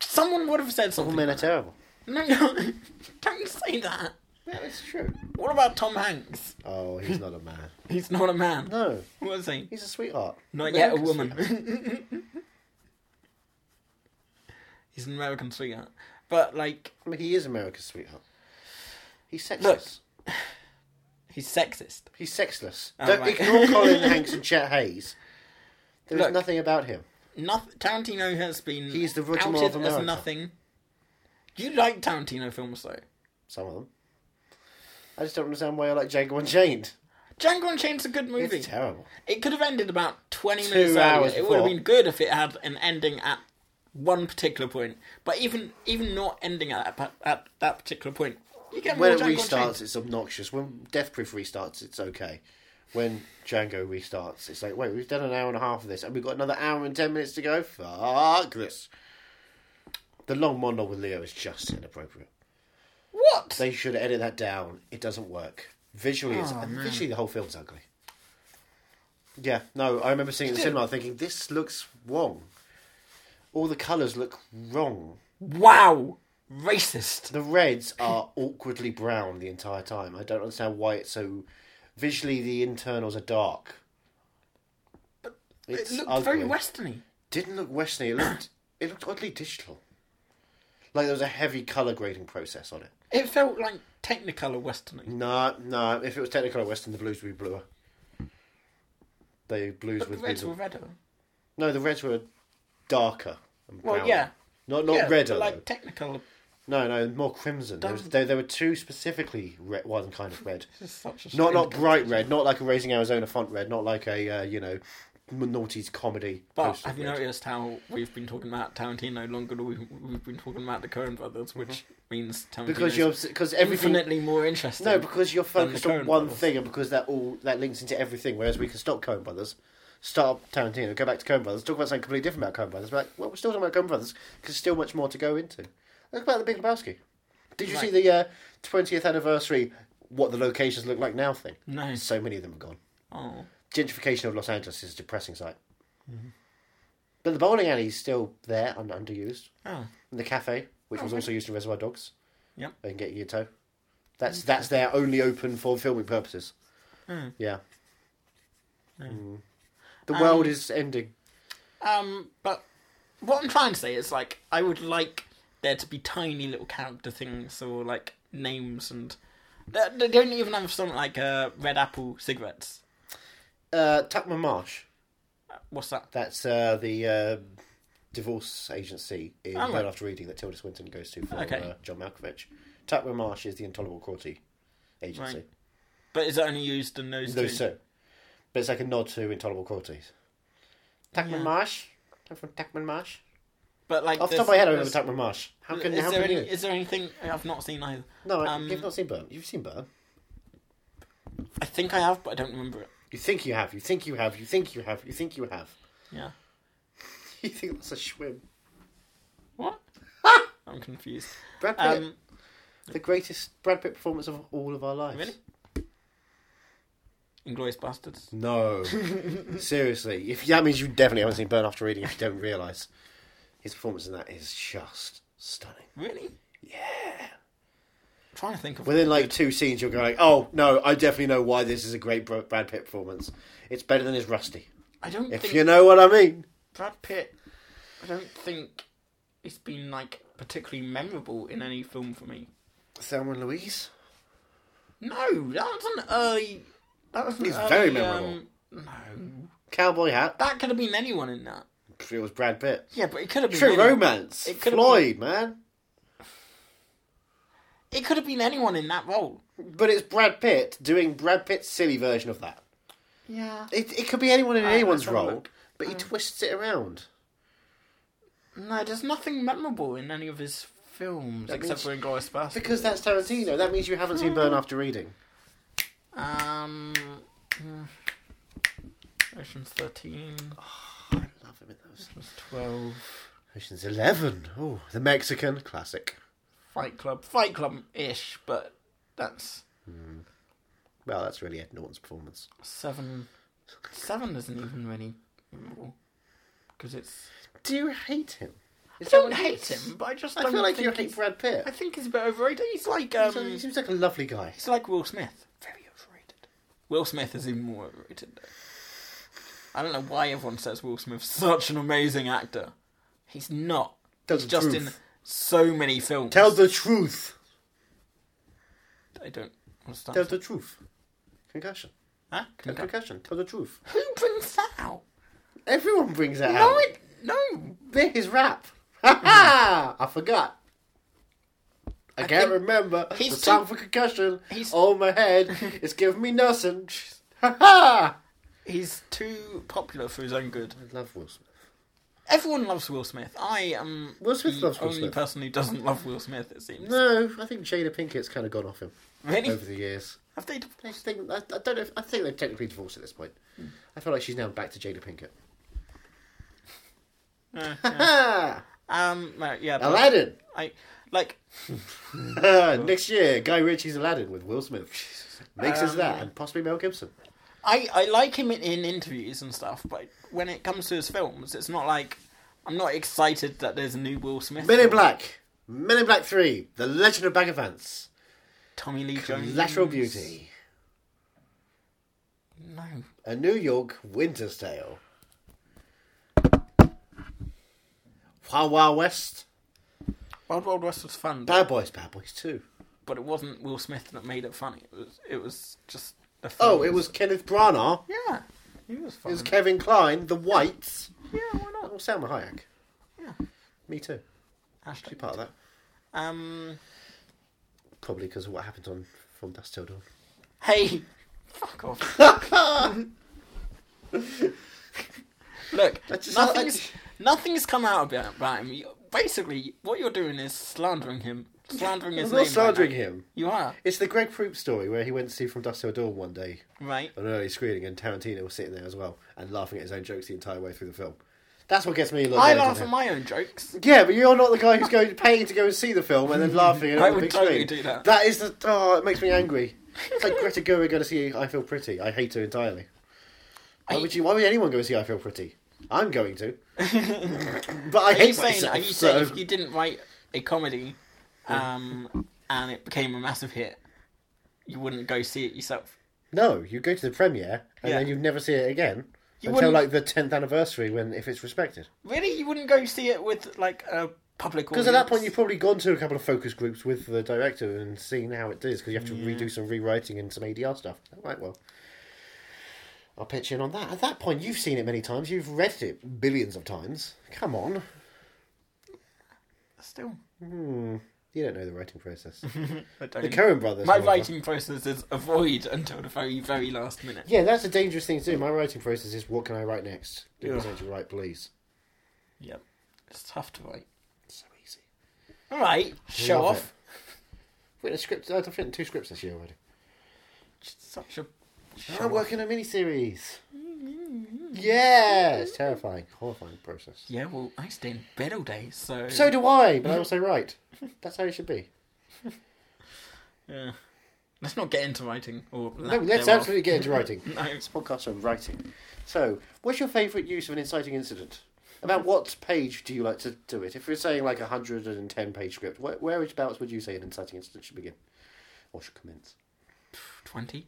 [SPEAKER 1] Someone would have said
[SPEAKER 2] all
[SPEAKER 1] something.
[SPEAKER 2] men are terrible.
[SPEAKER 1] No, no, don't say that.
[SPEAKER 2] Yeah, that's true.
[SPEAKER 1] What about Tom Hanks?
[SPEAKER 2] Oh, he's not a man.
[SPEAKER 1] He's not a man.
[SPEAKER 2] No,
[SPEAKER 1] What is he?
[SPEAKER 2] he's a sweetheart.
[SPEAKER 1] Not yet a
[SPEAKER 2] American
[SPEAKER 1] woman. He's an American sweetheart. But, like,
[SPEAKER 2] I mean, he is America's sweetheart. He's sexless.
[SPEAKER 1] Look. he's sexist.
[SPEAKER 2] He's sexless.
[SPEAKER 1] Oh,
[SPEAKER 2] Don't
[SPEAKER 1] right.
[SPEAKER 2] ignore Colin Hanks and Chet Hayes. There is
[SPEAKER 1] Look.
[SPEAKER 2] nothing about him.
[SPEAKER 1] Noth- Tarantino has been
[SPEAKER 2] He's the Rushmore
[SPEAKER 1] outed
[SPEAKER 2] of
[SPEAKER 1] as
[SPEAKER 2] America.
[SPEAKER 1] nothing. You like Tarantino films, though.
[SPEAKER 2] Some of them. I just don't understand why I like Django Unchained.
[SPEAKER 1] Django Unchained's a good movie.
[SPEAKER 2] It's terrible.
[SPEAKER 1] It could have ended about 20
[SPEAKER 2] Two
[SPEAKER 1] minutes earlier.
[SPEAKER 2] hours
[SPEAKER 1] It would have
[SPEAKER 2] before.
[SPEAKER 1] been good if it had an ending at one particular point. But even even not ending at, that- at that particular point, you get more
[SPEAKER 2] When it
[SPEAKER 1] Django
[SPEAKER 2] restarts,
[SPEAKER 1] Unchained.
[SPEAKER 2] it's obnoxious. When Death Proof restarts, it's okay. When Django restarts, it's like, wait, we've done an hour and a half of this, and we've got another hour and ten minutes to go. Fuck this. The long monologue with Leo is just inappropriate.
[SPEAKER 1] What?
[SPEAKER 2] They should edit that down. It doesn't work. Visually,
[SPEAKER 1] Oh,
[SPEAKER 2] it's, visually the whole film's ugly. Yeah, no, I remember seeing it in the cinema thinking, this looks wrong. All the colours look wrong.
[SPEAKER 1] Wow, racist.
[SPEAKER 2] The reds are awkwardly brown the entire time. I don't understand why it's so. Visually, the internals are dark. But
[SPEAKER 1] It looked very westerny.
[SPEAKER 2] Didn't look westerny. It looked, it looked oddly digital. Like there was a heavy colour grading process on it.
[SPEAKER 1] It felt like Technicolor westerny.
[SPEAKER 2] No, no. If it was Technicolor Western, the blues would be bluer. The blues
[SPEAKER 1] But the
[SPEAKER 2] would
[SPEAKER 1] reds
[SPEAKER 2] be
[SPEAKER 1] were redder.
[SPEAKER 2] no. The reds were darker. And
[SPEAKER 1] Well,
[SPEAKER 2] browner.
[SPEAKER 1] yeah.
[SPEAKER 2] Not not
[SPEAKER 1] yeah, but
[SPEAKER 2] redder. though.
[SPEAKER 1] like Technicolor
[SPEAKER 2] No, no, more crimson. There, was, there, there were two specifically red, one kind of red.
[SPEAKER 1] This is such a
[SPEAKER 2] not
[SPEAKER 1] strange
[SPEAKER 2] not bright red, not like a Raising Arizona font red, not like a uh, you know naughty's comedy.
[SPEAKER 1] But
[SPEAKER 2] poster
[SPEAKER 1] have you
[SPEAKER 2] red.
[SPEAKER 1] noticed how we've been talking about Tarantino longer than we've, we've been talking about the Coen brothers, which means Tarantino
[SPEAKER 2] Mm-hmm. Because you're because everything.
[SPEAKER 1] infinitely more interesting.
[SPEAKER 2] No, because you're
[SPEAKER 1] than the
[SPEAKER 2] focused on
[SPEAKER 1] Coen
[SPEAKER 2] one
[SPEAKER 1] brothers.
[SPEAKER 2] thing, and because that all that links into everything. Whereas we can stop Coen Brothers, start Tarantino, go back to Coen Brothers, talk about something completely different about Coen Brothers. But well, we're still talking about Coen Brothers because there's still much more to go into. Look about the Big Lebowski. Did you see the uh, twentieth anniversary? What the locations look like now thing?
[SPEAKER 1] No.
[SPEAKER 2] so many of them are gone.
[SPEAKER 1] Oh,
[SPEAKER 2] Gentrification of Los Angeles is a depressing sight.
[SPEAKER 1] Mm-hmm.
[SPEAKER 2] But the bowling alley is still there and underused.
[SPEAKER 1] oh,
[SPEAKER 2] And the cafe, which was also used in Reservoir Dogs.
[SPEAKER 1] Yep. Mm.
[SPEAKER 2] They can get you a tow. That's that's there only open for filming purposes. Yeah. Mm. The world is ending.
[SPEAKER 1] Um, but what I'm trying to say is like I would like there to be tiny little character things or like names and they, they don't even have something like uh, Red Apple cigarettes.
[SPEAKER 2] Uh, Tuckman Marsh.
[SPEAKER 1] What's that?
[SPEAKER 2] That's uh, the uh, divorce agency in
[SPEAKER 1] Oh,
[SPEAKER 2] Right
[SPEAKER 1] right.
[SPEAKER 2] After Reading that Tilda Swinton goes to for
[SPEAKER 1] Okay.
[SPEAKER 2] uh, John Malkovich. Tuckman Marsh is the Intolerable Cruelty agency.
[SPEAKER 1] Right. But is it only used in those?
[SPEAKER 2] Those
[SPEAKER 1] two?
[SPEAKER 2] two. But it's like a nod to Intolerable Cruelties. Tuckman Marsh? I'm from Tuckman Marsh.
[SPEAKER 1] But like
[SPEAKER 2] Off the
[SPEAKER 1] there's-
[SPEAKER 2] top of my head, I remember
[SPEAKER 1] there's-
[SPEAKER 2] Tuckman Marsh. How can,
[SPEAKER 1] Is
[SPEAKER 2] how
[SPEAKER 1] there
[SPEAKER 2] can
[SPEAKER 1] any?
[SPEAKER 2] you?
[SPEAKER 1] Is there anything I've not seen either?
[SPEAKER 2] No, I-
[SPEAKER 1] um,
[SPEAKER 2] you've not seen Burn. You've seen Burn.
[SPEAKER 1] I think I have, but I don't remember it.
[SPEAKER 2] You think you have. You think you have. You think you have. You think you have.
[SPEAKER 1] Yeah.
[SPEAKER 2] You think that's a swim.
[SPEAKER 1] What? I'm confused.
[SPEAKER 2] Brad Pitt,
[SPEAKER 1] Um,
[SPEAKER 2] the greatest Brad Pitt performance of all of our lives.
[SPEAKER 1] Really? Inglorious Bastards.
[SPEAKER 2] No. Seriously, if that means you definitely haven't seen Burn after reading, if you don't realise, his performance in that is just stunning.
[SPEAKER 1] Really? Yeah. trying to think of.
[SPEAKER 2] Within like two scenes, you'll go like, "Oh no, I definitely know why this is a great Br- Brad Pitt performance. It's better than his Rusty."
[SPEAKER 1] I don't
[SPEAKER 2] If
[SPEAKER 1] think
[SPEAKER 2] you know what I mean.
[SPEAKER 1] Brad Pitt. I don't think it's been like particularly memorable in any film for me.
[SPEAKER 2] Thelma and Louise.
[SPEAKER 1] No, that was an early. That was an
[SPEAKER 2] It's
[SPEAKER 1] early,
[SPEAKER 2] very memorable.
[SPEAKER 1] Um, no,
[SPEAKER 2] Cowboy Hat.
[SPEAKER 1] that could have been anyone in that.
[SPEAKER 2] It was Brad Pitt.
[SPEAKER 1] Yeah, but it could have been
[SPEAKER 2] True
[SPEAKER 1] anyone.
[SPEAKER 2] Romance.
[SPEAKER 1] It could've
[SPEAKER 2] Floyd, man.
[SPEAKER 1] It could have been anyone in that role.
[SPEAKER 2] But it's Brad Pitt doing Brad Pitt's silly version of that.
[SPEAKER 1] Yeah.
[SPEAKER 2] It, it could be anyone in
[SPEAKER 1] Uh,
[SPEAKER 2] anyone's
[SPEAKER 1] let's have a
[SPEAKER 2] role,
[SPEAKER 1] look.
[SPEAKER 2] but he twists it around.
[SPEAKER 1] No, there's nothing memorable in any of his films except
[SPEAKER 2] means-
[SPEAKER 1] for Inglourious Basterds.
[SPEAKER 2] Because that's Tarantino. That means you haven't seen Burn After Reading.
[SPEAKER 1] Um. mm, Ocean's 13,
[SPEAKER 2] Oh. I love him in those.
[SPEAKER 1] Ocean's 12,
[SPEAKER 2] Ocean's Eleven. Oh, the Mexican classic.
[SPEAKER 1] Fight Club. Fight Club ish, but that's.
[SPEAKER 2] Well, that's really Ed Norton's performance.
[SPEAKER 1] Seven. Seven isn't even really memorable. Because it's.
[SPEAKER 2] Do you hate him?
[SPEAKER 1] I don't hate him, but I just
[SPEAKER 2] I
[SPEAKER 1] don't
[SPEAKER 2] feel like
[SPEAKER 1] think
[SPEAKER 2] you hate
[SPEAKER 1] he's-
[SPEAKER 2] Brad Pitt.
[SPEAKER 1] I think he's a bit overrated. He's like.
[SPEAKER 2] He's a- he
[SPEAKER 1] um...
[SPEAKER 2] seems like a lovely guy.
[SPEAKER 1] He's like Will Smith. Very overrated. Will Smith is even more overrated. Though. I don't know why everyone says Will Smith's such an amazing actor. He's not.
[SPEAKER 2] Tell
[SPEAKER 1] He's
[SPEAKER 2] the
[SPEAKER 1] just
[SPEAKER 2] truth.
[SPEAKER 1] in so many films.
[SPEAKER 2] Tell the truth.
[SPEAKER 1] I don't understand.
[SPEAKER 2] Tell the truth. Concussion.
[SPEAKER 1] Huh?
[SPEAKER 2] Tell concussion. Tell the truth.
[SPEAKER 1] Who brings that out?
[SPEAKER 2] Everyone brings that out.
[SPEAKER 1] No, it, no.
[SPEAKER 2] There's his rap. Ha ha! I forgot. I, can't
[SPEAKER 1] think
[SPEAKER 2] remember
[SPEAKER 1] he's
[SPEAKER 2] the song
[SPEAKER 1] too-
[SPEAKER 2] for concussion.
[SPEAKER 1] he's-
[SPEAKER 2] Oh my head, it's giving me nothing. Ha ha!
[SPEAKER 1] He's too popular for his own good.
[SPEAKER 2] I love Will Smith.
[SPEAKER 1] Everyone loves Will Smith. I am
[SPEAKER 2] Will Smith
[SPEAKER 1] the
[SPEAKER 2] loves Will
[SPEAKER 1] only
[SPEAKER 2] Smith.
[SPEAKER 1] person who doesn't love Will Smith. It seems.
[SPEAKER 2] No, I think Jada Pinkett's kind of gone off him
[SPEAKER 1] really?
[SPEAKER 2] over the years.
[SPEAKER 1] Have they?
[SPEAKER 2] I think I, I don't know. If, I think they're technically divorced at this point. I feel like she's now back to Jada Pinkett. Ha
[SPEAKER 1] Um. No, yeah. but
[SPEAKER 2] ha! Aladdin
[SPEAKER 1] I like.
[SPEAKER 2] next year. Guy Ritchie's Aladdin with Will Smith. Makes us that, and possibly Mel Gibson.
[SPEAKER 1] I, I like him in, in interviews and stuff, but when it comes to his films, it's not like I'm not excited that there's a new Will Smith.
[SPEAKER 2] Men in
[SPEAKER 1] film.
[SPEAKER 2] Black, Men in Black Three, The Legend of Bag of Ants,
[SPEAKER 1] Tommy Lee Jones,
[SPEAKER 2] Lateral Beauty,
[SPEAKER 1] No,
[SPEAKER 2] A New York Winter's Tale, Wild Wild West,
[SPEAKER 1] Wild Wild West was fun, but,
[SPEAKER 2] Bad Boys, Bad Boys Two.
[SPEAKER 1] but it wasn't Will Smith that made it funny. It was it was just the film.
[SPEAKER 2] Oh, it was Kenneth Branagh.
[SPEAKER 1] yeah, he was fun.
[SPEAKER 2] It was Kevin Klein, The Whites.
[SPEAKER 1] yeah, why
[SPEAKER 2] Oh,
[SPEAKER 1] not?
[SPEAKER 2] Salma Hayek.
[SPEAKER 1] Yeah.
[SPEAKER 2] Me too.
[SPEAKER 1] Hashtag
[SPEAKER 2] Be part of that.
[SPEAKER 1] Um,
[SPEAKER 2] Probably because of what happened on From Dusk Till Dawn.
[SPEAKER 1] hey, fuck off. Look,
[SPEAKER 2] That's just-
[SPEAKER 1] nothing's,
[SPEAKER 2] that's-
[SPEAKER 1] nothing's come out about, about him. You- Basically, what you're doing is slandering him. Slandering his name.
[SPEAKER 2] I'm not
[SPEAKER 1] right
[SPEAKER 2] slandering
[SPEAKER 1] now.
[SPEAKER 2] him.
[SPEAKER 1] You are,
[SPEAKER 2] It's the Greg Proops story where he went to see From Dusk Till Dawn one day
[SPEAKER 1] right?
[SPEAKER 2] on an early screening, and Tarantino was sitting there as well and laughing at his own jokes the entire way through the film. That's what gets me a little.
[SPEAKER 1] I
[SPEAKER 2] bit
[SPEAKER 1] laugh at my own jokes.
[SPEAKER 2] Yeah, but you're not the guy who's going paying to go and see the film and then laughing at it
[SPEAKER 1] I
[SPEAKER 2] on the
[SPEAKER 1] would
[SPEAKER 2] big
[SPEAKER 1] totally
[SPEAKER 2] screen.
[SPEAKER 1] do that.
[SPEAKER 2] That is the oh, it makes me angry. It's like Greta Gerwig going to see I Feel Pretty. I hate her entirely. Why would you? Why would anyone go and see I Feel Pretty? I'm going to, but I
[SPEAKER 1] Are you
[SPEAKER 2] hate
[SPEAKER 1] saying,
[SPEAKER 2] myself.
[SPEAKER 1] are you
[SPEAKER 2] so-
[SPEAKER 1] saying if you didn't write a comedy um, and it became a massive hit, you wouldn't go see it yourself?
[SPEAKER 2] No, you go to the premiere and
[SPEAKER 1] Yeah.
[SPEAKER 2] then you never see it again
[SPEAKER 1] You
[SPEAKER 2] until
[SPEAKER 1] wouldn't-
[SPEAKER 2] like the tenth anniversary when if it's respected.
[SPEAKER 1] Really? You wouldn't go see it with, like, a public
[SPEAKER 2] Because at that point you've probably gone to a couple of focus groups with the director and seen how it does. Because you have to redo some rewriting and some ADR stuff. Right, well, I'll pitch in on that. At that point, you've seen it many times. You've read it billions of times. Come on,
[SPEAKER 1] Still.
[SPEAKER 2] you don't know the writing process.
[SPEAKER 1] I don't
[SPEAKER 2] the Coen Brothers.
[SPEAKER 1] My
[SPEAKER 2] however-
[SPEAKER 1] writing process is avoid until the very, very last minute.
[SPEAKER 2] Yeah, that's a dangerous thing to do. My writing process is what can I write next? Do
[SPEAKER 1] Yeah.
[SPEAKER 2] yeah. to write, please.
[SPEAKER 1] Yep. It's tough to write.
[SPEAKER 2] So easy.
[SPEAKER 1] All right, show
[SPEAKER 2] Love
[SPEAKER 1] off.
[SPEAKER 2] Written a script. I've written two scripts this year already.
[SPEAKER 1] Such a.
[SPEAKER 2] I'm working on a miniseries. yeah, it's terrifying, horrifying process.
[SPEAKER 1] Yeah, well, I stay in bed all day, so.
[SPEAKER 2] So do I, but I also write. That's how it should be.
[SPEAKER 1] Yeah. Let's not get into writing. Or
[SPEAKER 2] No, let's absolutely get into writing.
[SPEAKER 1] No.
[SPEAKER 2] It's a podcast on writing. So, what's your favourite use of an inciting incident? About what page do you like to do it? If you're saying like a 110 page script, where, whereabouts would you say an inciting incident should begin? Or should commence?
[SPEAKER 1] 20?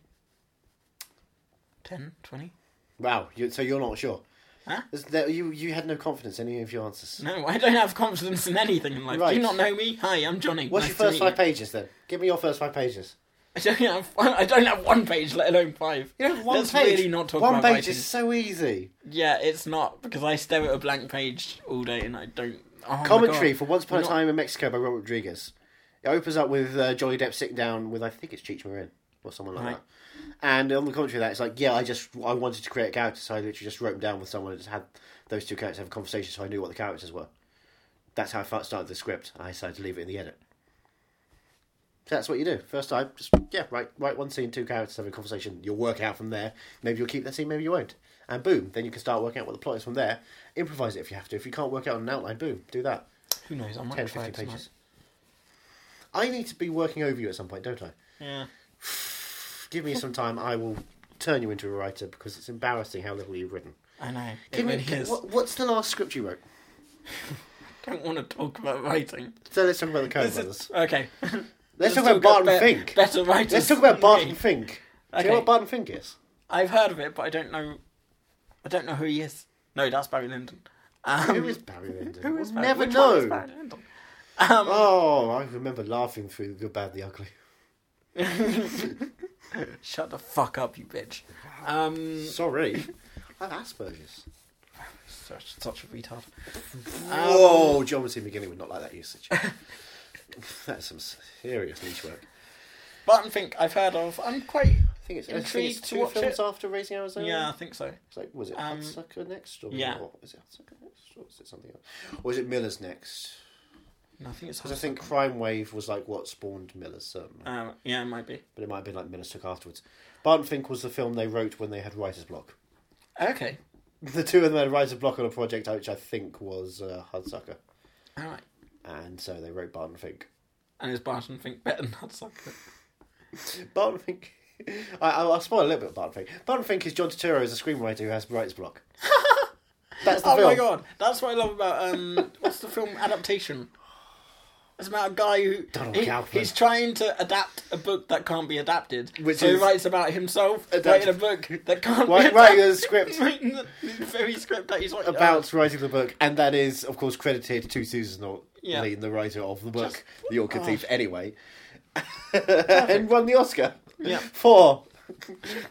[SPEAKER 1] 10? 20?
[SPEAKER 2] Wow, you, so you're not sure?
[SPEAKER 1] Huh?
[SPEAKER 2] Is there- you, you had no confidence in any of your answers.
[SPEAKER 1] No, I don't have confidence in anything in life. Do
[SPEAKER 2] Right.
[SPEAKER 1] you not know me? Hi, I'm Johnny.
[SPEAKER 2] What's
[SPEAKER 1] Nice
[SPEAKER 2] your
[SPEAKER 1] to
[SPEAKER 2] first
[SPEAKER 1] meet
[SPEAKER 2] five pages then? Give me your first five pages.
[SPEAKER 1] you. I don't have. I don't have one page, let alone five.
[SPEAKER 2] You know, one
[SPEAKER 1] Let's
[SPEAKER 2] page.
[SPEAKER 1] really not talk
[SPEAKER 2] one
[SPEAKER 1] about
[SPEAKER 2] page
[SPEAKER 1] writing.
[SPEAKER 2] is so easy.
[SPEAKER 1] Yeah, it's not because I stare at a blank page all day and I don't. Oh my
[SPEAKER 2] Commentary
[SPEAKER 1] God.
[SPEAKER 2] for Once Upon
[SPEAKER 1] Not-
[SPEAKER 2] a Time in Mexico by Robert Rodriguez. It opens up with uh, Johnny Depp sitting down with I think it's Cheech Marin or someone like
[SPEAKER 1] Right.
[SPEAKER 2] that. And on the commentary of that, it's like, yeah, I just I wanted to create a character, so I literally just wrote them down with someone and just had those two characters have a conversation, so I knew what the characters were. That's how I felt- started the script. I decided to leave it in the edit. So that's what you do. First time, just yeah, write write one scene, two characters have a conversation. You'll work it out from there. Maybe you'll keep that scene, maybe you won't. And boom, then you can start working out what the plot is from there. Improvise it if you have to. If you can't work out an outline, boom, do that.
[SPEAKER 1] Who knows? I might
[SPEAKER 2] 10,
[SPEAKER 1] try
[SPEAKER 2] 15
[SPEAKER 1] it tonight.
[SPEAKER 2] pages. I need to be working over you at some point, don't I?
[SPEAKER 1] Yeah.
[SPEAKER 2] Give me some time. I will turn you into a writer because it's embarrassing how little you've written.
[SPEAKER 1] I know. It
[SPEAKER 2] Give me,
[SPEAKER 1] really is.
[SPEAKER 2] what, what's the last script you wrote?
[SPEAKER 1] I don't want to talk about writing.
[SPEAKER 2] So let's talk about the Coen
[SPEAKER 1] This is-
[SPEAKER 2] Brothers.
[SPEAKER 1] okay. Let's,
[SPEAKER 2] Let's, talk about Barton
[SPEAKER 1] be-
[SPEAKER 2] Fink.
[SPEAKER 1] Better writers.
[SPEAKER 2] Let's talk about
[SPEAKER 1] than
[SPEAKER 2] Barton
[SPEAKER 1] me.
[SPEAKER 2] Fink. Do you
[SPEAKER 1] Okay.
[SPEAKER 2] know what Barton Fink is?
[SPEAKER 1] I've heard of it, but I don't know. I don't know who he is. No, that's Barry Lyndon. Um,
[SPEAKER 2] Who is Barry Lyndon?
[SPEAKER 1] who is
[SPEAKER 2] We'll
[SPEAKER 1] Barry-
[SPEAKER 2] never
[SPEAKER 1] which one is
[SPEAKER 2] know.
[SPEAKER 1] Barry Lyndon?
[SPEAKER 2] Oh, I remember laughing through The Good, Bad, the Ugly.
[SPEAKER 1] Shut the fuck up, you bitch. Um,
[SPEAKER 2] Sorry. I have Asperger's.
[SPEAKER 1] such, such a retard. Um,
[SPEAKER 2] oh, John C. McGinley would not like that usage. That's some serious niche work.
[SPEAKER 1] Barton Fink, I've heard of. I'm quite.
[SPEAKER 2] I think it's, I think
[SPEAKER 1] Intrigued
[SPEAKER 2] it's
[SPEAKER 1] to
[SPEAKER 2] two
[SPEAKER 1] watch it.
[SPEAKER 2] films after Raising Arizona.
[SPEAKER 1] Yeah, I think so.
[SPEAKER 2] It's like, was it
[SPEAKER 1] Um,
[SPEAKER 2] Hudsucker next? Or,
[SPEAKER 1] yeah.
[SPEAKER 2] Or, was it Hudsucker next? Or was it something else? Or was it Miller's next?
[SPEAKER 1] No, I think it's.
[SPEAKER 2] Because I think Crime Wave was like what spawned Miller's, certainly.
[SPEAKER 1] Um, yeah, it might be.
[SPEAKER 2] but it might have been like Miller's took afterwards. Barton Fink was the film they wrote when they had writer's block.
[SPEAKER 1] Okay.
[SPEAKER 2] The two of them had writer's block on a project which I think was uh, Hudsucker.
[SPEAKER 1] All right.
[SPEAKER 2] And so they wrote Barton Fink.
[SPEAKER 1] And is Barton Fink better than Hudsucker?
[SPEAKER 2] Barton Fink. I, I, I'll spoil a little bit of Barton Fink. Barton Fink is John Turturro is a screenwriter who has writer's block. That's the
[SPEAKER 1] Oh
[SPEAKER 2] film.
[SPEAKER 1] my god, that's what I love about um, what's the film adaptation? It's about a guy who
[SPEAKER 2] Donald
[SPEAKER 1] he-
[SPEAKER 2] Galpin.
[SPEAKER 1] he's trying to adapt a book that can't be adapted.
[SPEAKER 2] Which
[SPEAKER 1] so
[SPEAKER 2] is-
[SPEAKER 1] he writes about himself
[SPEAKER 2] Adapt-
[SPEAKER 1] writing a book that can't be
[SPEAKER 2] Write-
[SPEAKER 1] adapted.
[SPEAKER 2] writing a script.
[SPEAKER 1] writing the, the very script that he's writing.
[SPEAKER 2] about writing the book, and that is, of course, credited to Susan Ortley,
[SPEAKER 1] Yeah. Oh.
[SPEAKER 2] the writer of the book, The Orchid Thief, anyway, and won the Oscar
[SPEAKER 1] Yeah.
[SPEAKER 2] for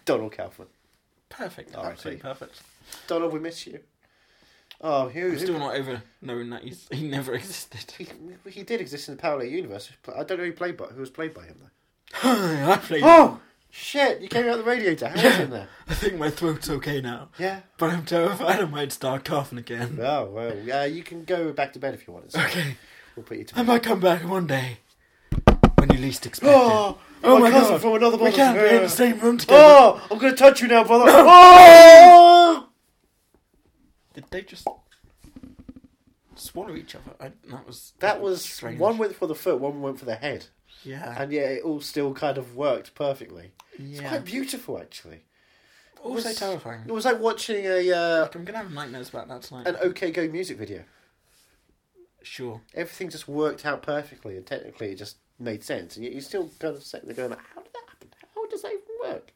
[SPEAKER 2] Donald Kaufman.
[SPEAKER 1] Oh, perfect,
[SPEAKER 2] R.I.P.
[SPEAKER 1] absolutely perfect.
[SPEAKER 2] Donald, we miss you. Oh, who?
[SPEAKER 1] I'm
[SPEAKER 2] who
[SPEAKER 1] still not over knowing that he's, he never existed.
[SPEAKER 2] he, he did exist in the parallel universe. I don't know who played by who was played by him though.
[SPEAKER 1] I played.
[SPEAKER 2] Oh shit! You came out the radiator. How was in there?
[SPEAKER 1] I think my throat's okay now.
[SPEAKER 2] Yeah.
[SPEAKER 1] But I'm terrified I might start coughing again.
[SPEAKER 2] Oh well. Uh, you can go back to bed if you want. It's
[SPEAKER 1] Okay.
[SPEAKER 2] We'll put you to
[SPEAKER 1] I
[SPEAKER 2] bed.
[SPEAKER 1] might come back one day when you least expect it.
[SPEAKER 2] Oh,
[SPEAKER 1] Oh my
[SPEAKER 2] my, cousin
[SPEAKER 1] God.
[SPEAKER 2] from another
[SPEAKER 1] We
[SPEAKER 2] mother.
[SPEAKER 1] can't be in the same room together.
[SPEAKER 2] Oh, I'm gonna touch you now, brother. Oh!
[SPEAKER 1] Did they just swallow each other? I, that was
[SPEAKER 2] That was
[SPEAKER 1] strange.
[SPEAKER 2] one went for the foot, one went for the head,
[SPEAKER 1] yeah.
[SPEAKER 2] and yet it all still kind of worked perfectly. It's
[SPEAKER 1] Yeah.
[SPEAKER 2] quite beautiful, actually.
[SPEAKER 1] also terrifying.
[SPEAKER 2] It was like watching a uh,
[SPEAKER 1] I'm gonna have nightmares about that tonight.
[SPEAKER 2] an OK Go music video.
[SPEAKER 1] sure.
[SPEAKER 2] Everything just worked out perfectly, and technically it just made sense. And yet you still kind of sat there going, like, "How did that happen? How does that even work?"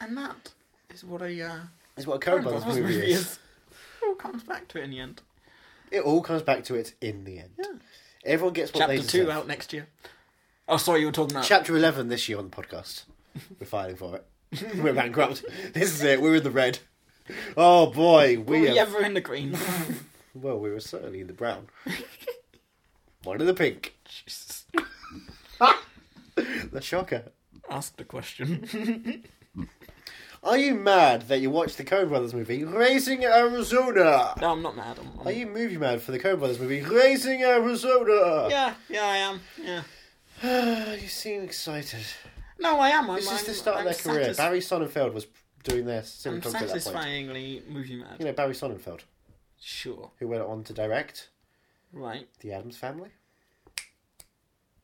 [SPEAKER 1] And that is what a uh,
[SPEAKER 2] Is what a Coen Brothers movie, is.
[SPEAKER 1] It all comes back to it in the end.
[SPEAKER 2] It all comes back to it in the end. Everyone gets what they
[SPEAKER 1] Chapter
[SPEAKER 2] deserve.
[SPEAKER 1] two out next year. Oh, sorry, you were talking about.
[SPEAKER 2] Chapter 11 this year on the podcast. We're filing for it. We're bankrupt. This is it. We're in the red. Oh boy,
[SPEAKER 1] Were
[SPEAKER 2] we
[SPEAKER 1] we
[SPEAKER 2] have.
[SPEAKER 1] ever in the green?
[SPEAKER 2] Well, we were certainly in the brown. One in the pink.
[SPEAKER 1] Jesus.
[SPEAKER 2] The shocker.
[SPEAKER 1] Ask the question.
[SPEAKER 2] Are you mad that you watched the Coen Brothers movie Raising Arizona?
[SPEAKER 1] no, I'm not mad. I'm, I'm-
[SPEAKER 2] Are you movie mad for the Coen Brothers movie Raising Arizona?
[SPEAKER 1] Yeah, yeah, I am. Yeah.
[SPEAKER 2] you seem excited.
[SPEAKER 1] No, I am. I'm,
[SPEAKER 2] This
[SPEAKER 1] I'm,
[SPEAKER 2] is the start
[SPEAKER 1] I'm
[SPEAKER 2] of their career.
[SPEAKER 1] satis-
[SPEAKER 2] Barry Sonnenfeld was doing their
[SPEAKER 1] I'm
[SPEAKER 2] cinematography at that point.
[SPEAKER 1] satisfyingly movie mad.
[SPEAKER 2] You know Barry Sonnenfeld,
[SPEAKER 1] Sure.
[SPEAKER 2] who went on to direct
[SPEAKER 1] Right.
[SPEAKER 2] The Adams Family?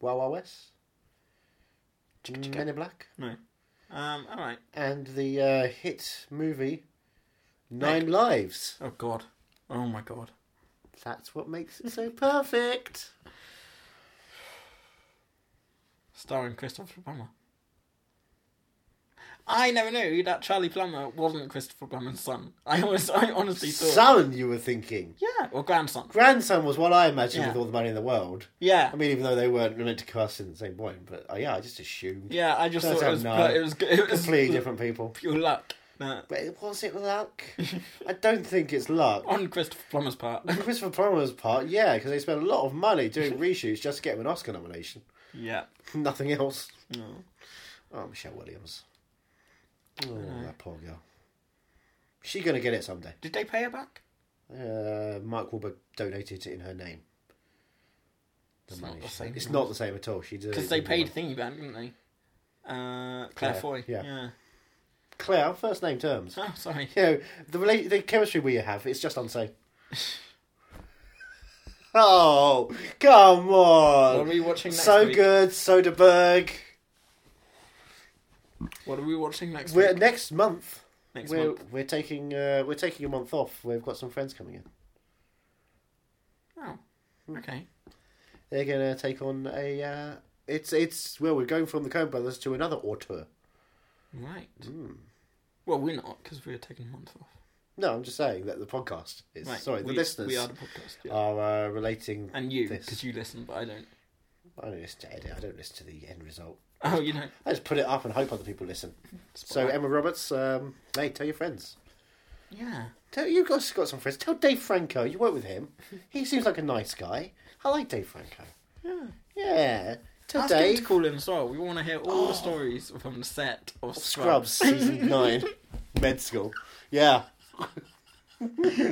[SPEAKER 2] Wow Wow West? Mm, Men in Black?
[SPEAKER 1] No. Um. All right.
[SPEAKER 2] And the uh, hit movie Nine Lives.
[SPEAKER 1] Oh God. Oh my God.
[SPEAKER 2] That's what makes it so perfect.
[SPEAKER 1] Starring Christopher Plummer. I never knew that Charlie Plummer wasn't Christopher Plummer's son. I always, I honestly thought.
[SPEAKER 2] Son, you were thinking.
[SPEAKER 1] Yeah. Or grandson.
[SPEAKER 2] Grandson was what I imagined
[SPEAKER 1] Yeah.
[SPEAKER 2] with all the money in the world.
[SPEAKER 1] Yeah.
[SPEAKER 2] I mean, even though they weren't meant to cast in the same point, but uh, yeah, I just assumed.
[SPEAKER 1] yeah. I just
[SPEAKER 2] Turns
[SPEAKER 1] thought it
[SPEAKER 2] out
[SPEAKER 1] was.
[SPEAKER 2] no.
[SPEAKER 1] but It was. It was
[SPEAKER 2] Completely different people.
[SPEAKER 1] pure luck. uh, No.
[SPEAKER 2] But it- was it luck? I don't think it's luck.
[SPEAKER 1] On Christopher Plummer's part.
[SPEAKER 2] Christopher Plummer's part, yeah, because they spent a lot of money doing reshoots just to get him an Oscar nomination.
[SPEAKER 1] yeah.
[SPEAKER 2] Nothing else.
[SPEAKER 1] No.
[SPEAKER 2] Oh, Michelle Williams. Oh, that poor girl. She's going to get it someday.
[SPEAKER 1] Did they pay her back?
[SPEAKER 2] Uh, Mark Wahlberg donated it in her name. The
[SPEAKER 1] It's
[SPEAKER 2] money.
[SPEAKER 1] not the
[SPEAKER 2] she-
[SPEAKER 1] same.
[SPEAKER 2] It's not the same at all. She did it
[SPEAKER 1] Because they
[SPEAKER 2] in
[SPEAKER 1] paid
[SPEAKER 2] one-
[SPEAKER 1] Thingy Bank, didn't they? Uh, Claire
[SPEAKER 2] Claire,
[SPEAKER 1] Foy.
[SPEAKER 2] yeah.
[SPEAKER 1] yeah.
[SPEAKER 2] Claire, first name terms.
[SPEAKER 1] Oh, sorry.
[SPEAKER 2] You know, the, rela- the chemistry we have, it's just unsafe. oh, come on.
[SPEAKER 1] What are we watching next
[SPEAKER 2] so
[SPEAKER 1] week?
[SPEAKER 2] good, Soderbergh.
[SPEAKER 1] What are we watching next
[SPEAKER 2] We're,
[SPEAKER 1] week?
[SPEAKER 2] next month,
[SPEAKER 1] Next
[SPEAKER 2] we're,
[SPEAKER 1] month.
[SPEAKER 2] we're taking uh, we're taking a month off. We've got some friends coming in.
[SPEAKER 1] Oh, okay.
[SPEAKER 2] They're going to take on a. Uh, it's it's well, we're going from the Coen Brothers to another auteur.
[SPEAKER 1] Right. Well, we're not because we're taking a month off.
[SPEAKER 2] No, I'm just saying that the podcast is
[SPEAKER 1] Right.
[SPEAKER 2] sorry, the
[SPEAKER 1] we,
[SPEAKER 2] listeners
[SPEAKER 1] We are the podcast. Yeah.
[SPEAKER 2] are uh, relating
[SPEAKER 1] and you,
[SPEAKER 2] This.
[SPEAKER 1] because you listen, but I don't.
[SPEAKER 2] I don't listen to edit. I don't listen to the end result.
[SPEAKER 1] Oh, you don't.
[SPEAKER 2] I just put it up and hope other people listen. so
[SPEAKER 1] on.
[SPEAKER 2] Emma Roberts, um, hey, tell your friends.
[SPEAKER 1] Yeah.
[SPEAKER 2] Tell you've got, got some friends. Tell Dave Franco. You work with him. He seems like a nice guy. I like Dave Franco. Yeah. Yeah. Tell
[SPEAKER 1] Ask him
[SPEAKER 2] Dave.
[SPEAKER 1] to call in as well. We want to hear all the stories from the set Oh. of
[SPEAKER 2] Scrubs
[SPEAKER 1] Scrubs.
[SPEAKER 2] season nine, med school. Yeah.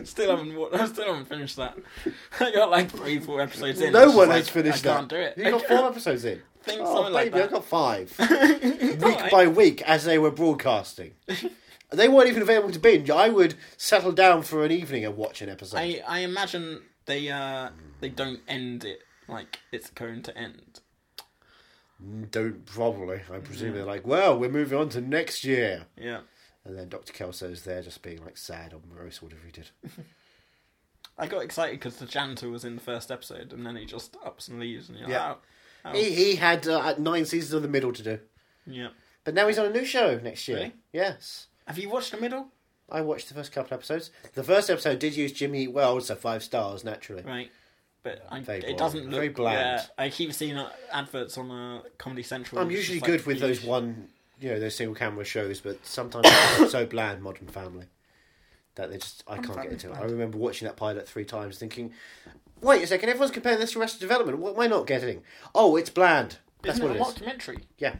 [SPEAKER 1] still haven't. wa- I still haven't finished that. I got like three, four episodes in.
[SPEAKER 2] No
[SPEAKER 1] It's
[SPEAKER 2] one
[SPEAKER 1] just
[SPEAKER 2] has
[SPEAKER 1] like,
[SPEAKER 2] finished
[SPEAKER 1] I
[SPEAKER 2] that.
[SPEAKER 1] can't do it.
[SPEAKER 2] You got four episodes in.
[SPEAKER 1] Think
[SPEAKER 2] oh,
[SPEAKER 1] something
[SPEAKER 2] baby,
[SPEAKER 1] like
[SPEAKER 2] I got five.
[SPEAKER 1] week
[SPEAKER 2] week by week as they were broadcasting. they weren't even available to binge. I would settle down for an evening and watch an episode.
[SPEAKER 1] I, I imagine they uh they don't end it like it's going to end.
[SPEAKER 2] Don't probably. I
[SPEAKER 1] Mm.
[SPEAKER 2] presume they're like, well, we're moving on to next year.
[SPEAKER 1] Yeah.
[SPEAKER 2] And then Dr. Kelso's there just being like sad or morose or whatever he did.
[SPEAKER 1] I got excited because the janitor was in the first episode, and then he just ups and leaves, and you're
[SPEAKER 2] Yeah.
[SPEAKER 1] like, oh, oh.
[SPEAKER 2] he, he had uh, nine seasons of The Middle to do.
[SPEAKER 1] yeah.
[SPEAKER 2] But now he's on a new show next year.
[SPEAKER 1] Really?
[SPEAKER 2] Yes.
[SPEAKER 1] Have you watched the middle?
[SPEAKER 2] I watched the first couple episodes. The first episode did use Jimmy Eat World, so five stars, naturally.
[SPEAKER 1] Right, but I,
[SPEAKER 2] Very
[SPEAKER 1] it
[SPEAKER 2] boring.
[SPEAKER 1] doesn't look.
[SPEAKER 2] Very bland.
[SPEAKER 1] Yeah, I keep seeing uh, adverts on uh, Comedy Central.
[SPEAKER 2] I'm
[SPEAKER 1] and it's
[SPEAKER 2] usually
[SPEAKER 1] just like,
[SPEAKER 2] good with those
[SPEAKER 1] eesh.
[SPEAKER 2] one, you know, those single camera shows, but sometimes it's so bland, Modern Family. that they just I can't get into. it. I remember watching that pilot three times, thinking, "Wait a second, everyone's comparing this to Arrested Development. What am I not getting? Oh, it's bland. That's
[SPEAKER 1] Isn't
[SPEAKER 2] what
[SPEAKER 1] it
[SPEAKER 2] it
[SPEAKER 1] a
[SPEAKER 2] is.
[SPEAKER 1] documentary?
[SPEAKER 2] Yeah,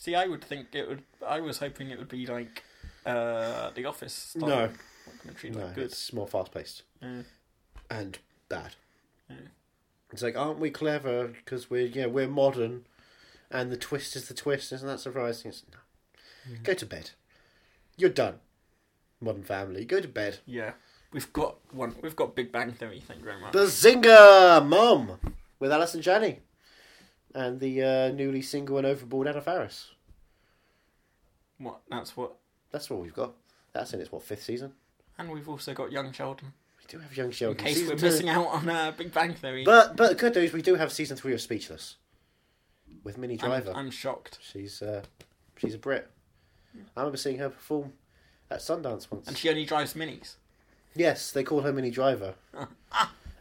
[SPEAKER 1] See, I would think it would. I was hoping it would be like uh, The Office. Style
[SPEAKER 2] No.
[SPEAKER 1] documentary,
[SPEAKER 2] no,
[SPEAKER 1] like good.
[SPEAKER 2] it's more fast paced and bad. It's like, aren't we clever? Because we're yeah, we're modern, and the twist is the twist. Isn't that surprising? It's, no. Go to bed. You're done. Modern Family. Go to bed.
[SPEAKER 1] Yeah, we've got one. We've got Big Bang Theory. Thank you very much.
[SPEAKER 2] Bazinga Mum with Alice and Janney and the uh, newly single and overboard Anna Faris.
[SPEAKER 1] What? That's what.
[SPEAKER 2] That's all we've got. That's in its what fifth season.
[SPEAKER 1] And we've also got Young Sheldon.
[SPEAKER 2] We do have young Sheldon.
[SPEAKER 1] In case
[SPEAKER 2] season
[SPEAKER 1] we're
[SPEAKER 2] two.
[SPEAKER 1] missing out on uh, Big Bang Theory.
[SPEAKER 2] But but the good news, we do have season three of Speechless with Minnie
[SPEAKER 1] I'm,
[SPEAKER 2] Driver.
[SPEAKER 1] I'm shocked.
[SPEAKER 2] She's uh, she's a Brit. I remember seeing her perform at Sundance once.
[SPEAKER 1] And she only drives minis.
[SPEAKER 2] Yes, they call her Minnie Driver.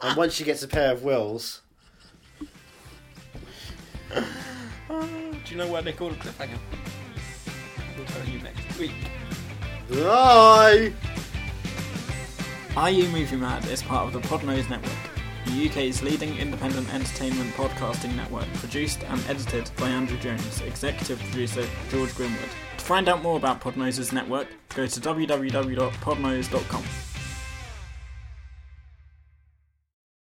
[SPEAKER 2] and once she gets a pair of wheels,
[SPEAKER 1] Do you know why they call it cliffhanger? We'll tell you next week.
[SPEAKER 2] bye.
[SPEAKER 1] Are You Movie Mad is part of the Podnose Network, the UK's leading independent entertainment podcasting network, produced and edited by Andrew Jones, executive producer George Grimwood. To find out more about Podnose's network, go to www.podnose.com.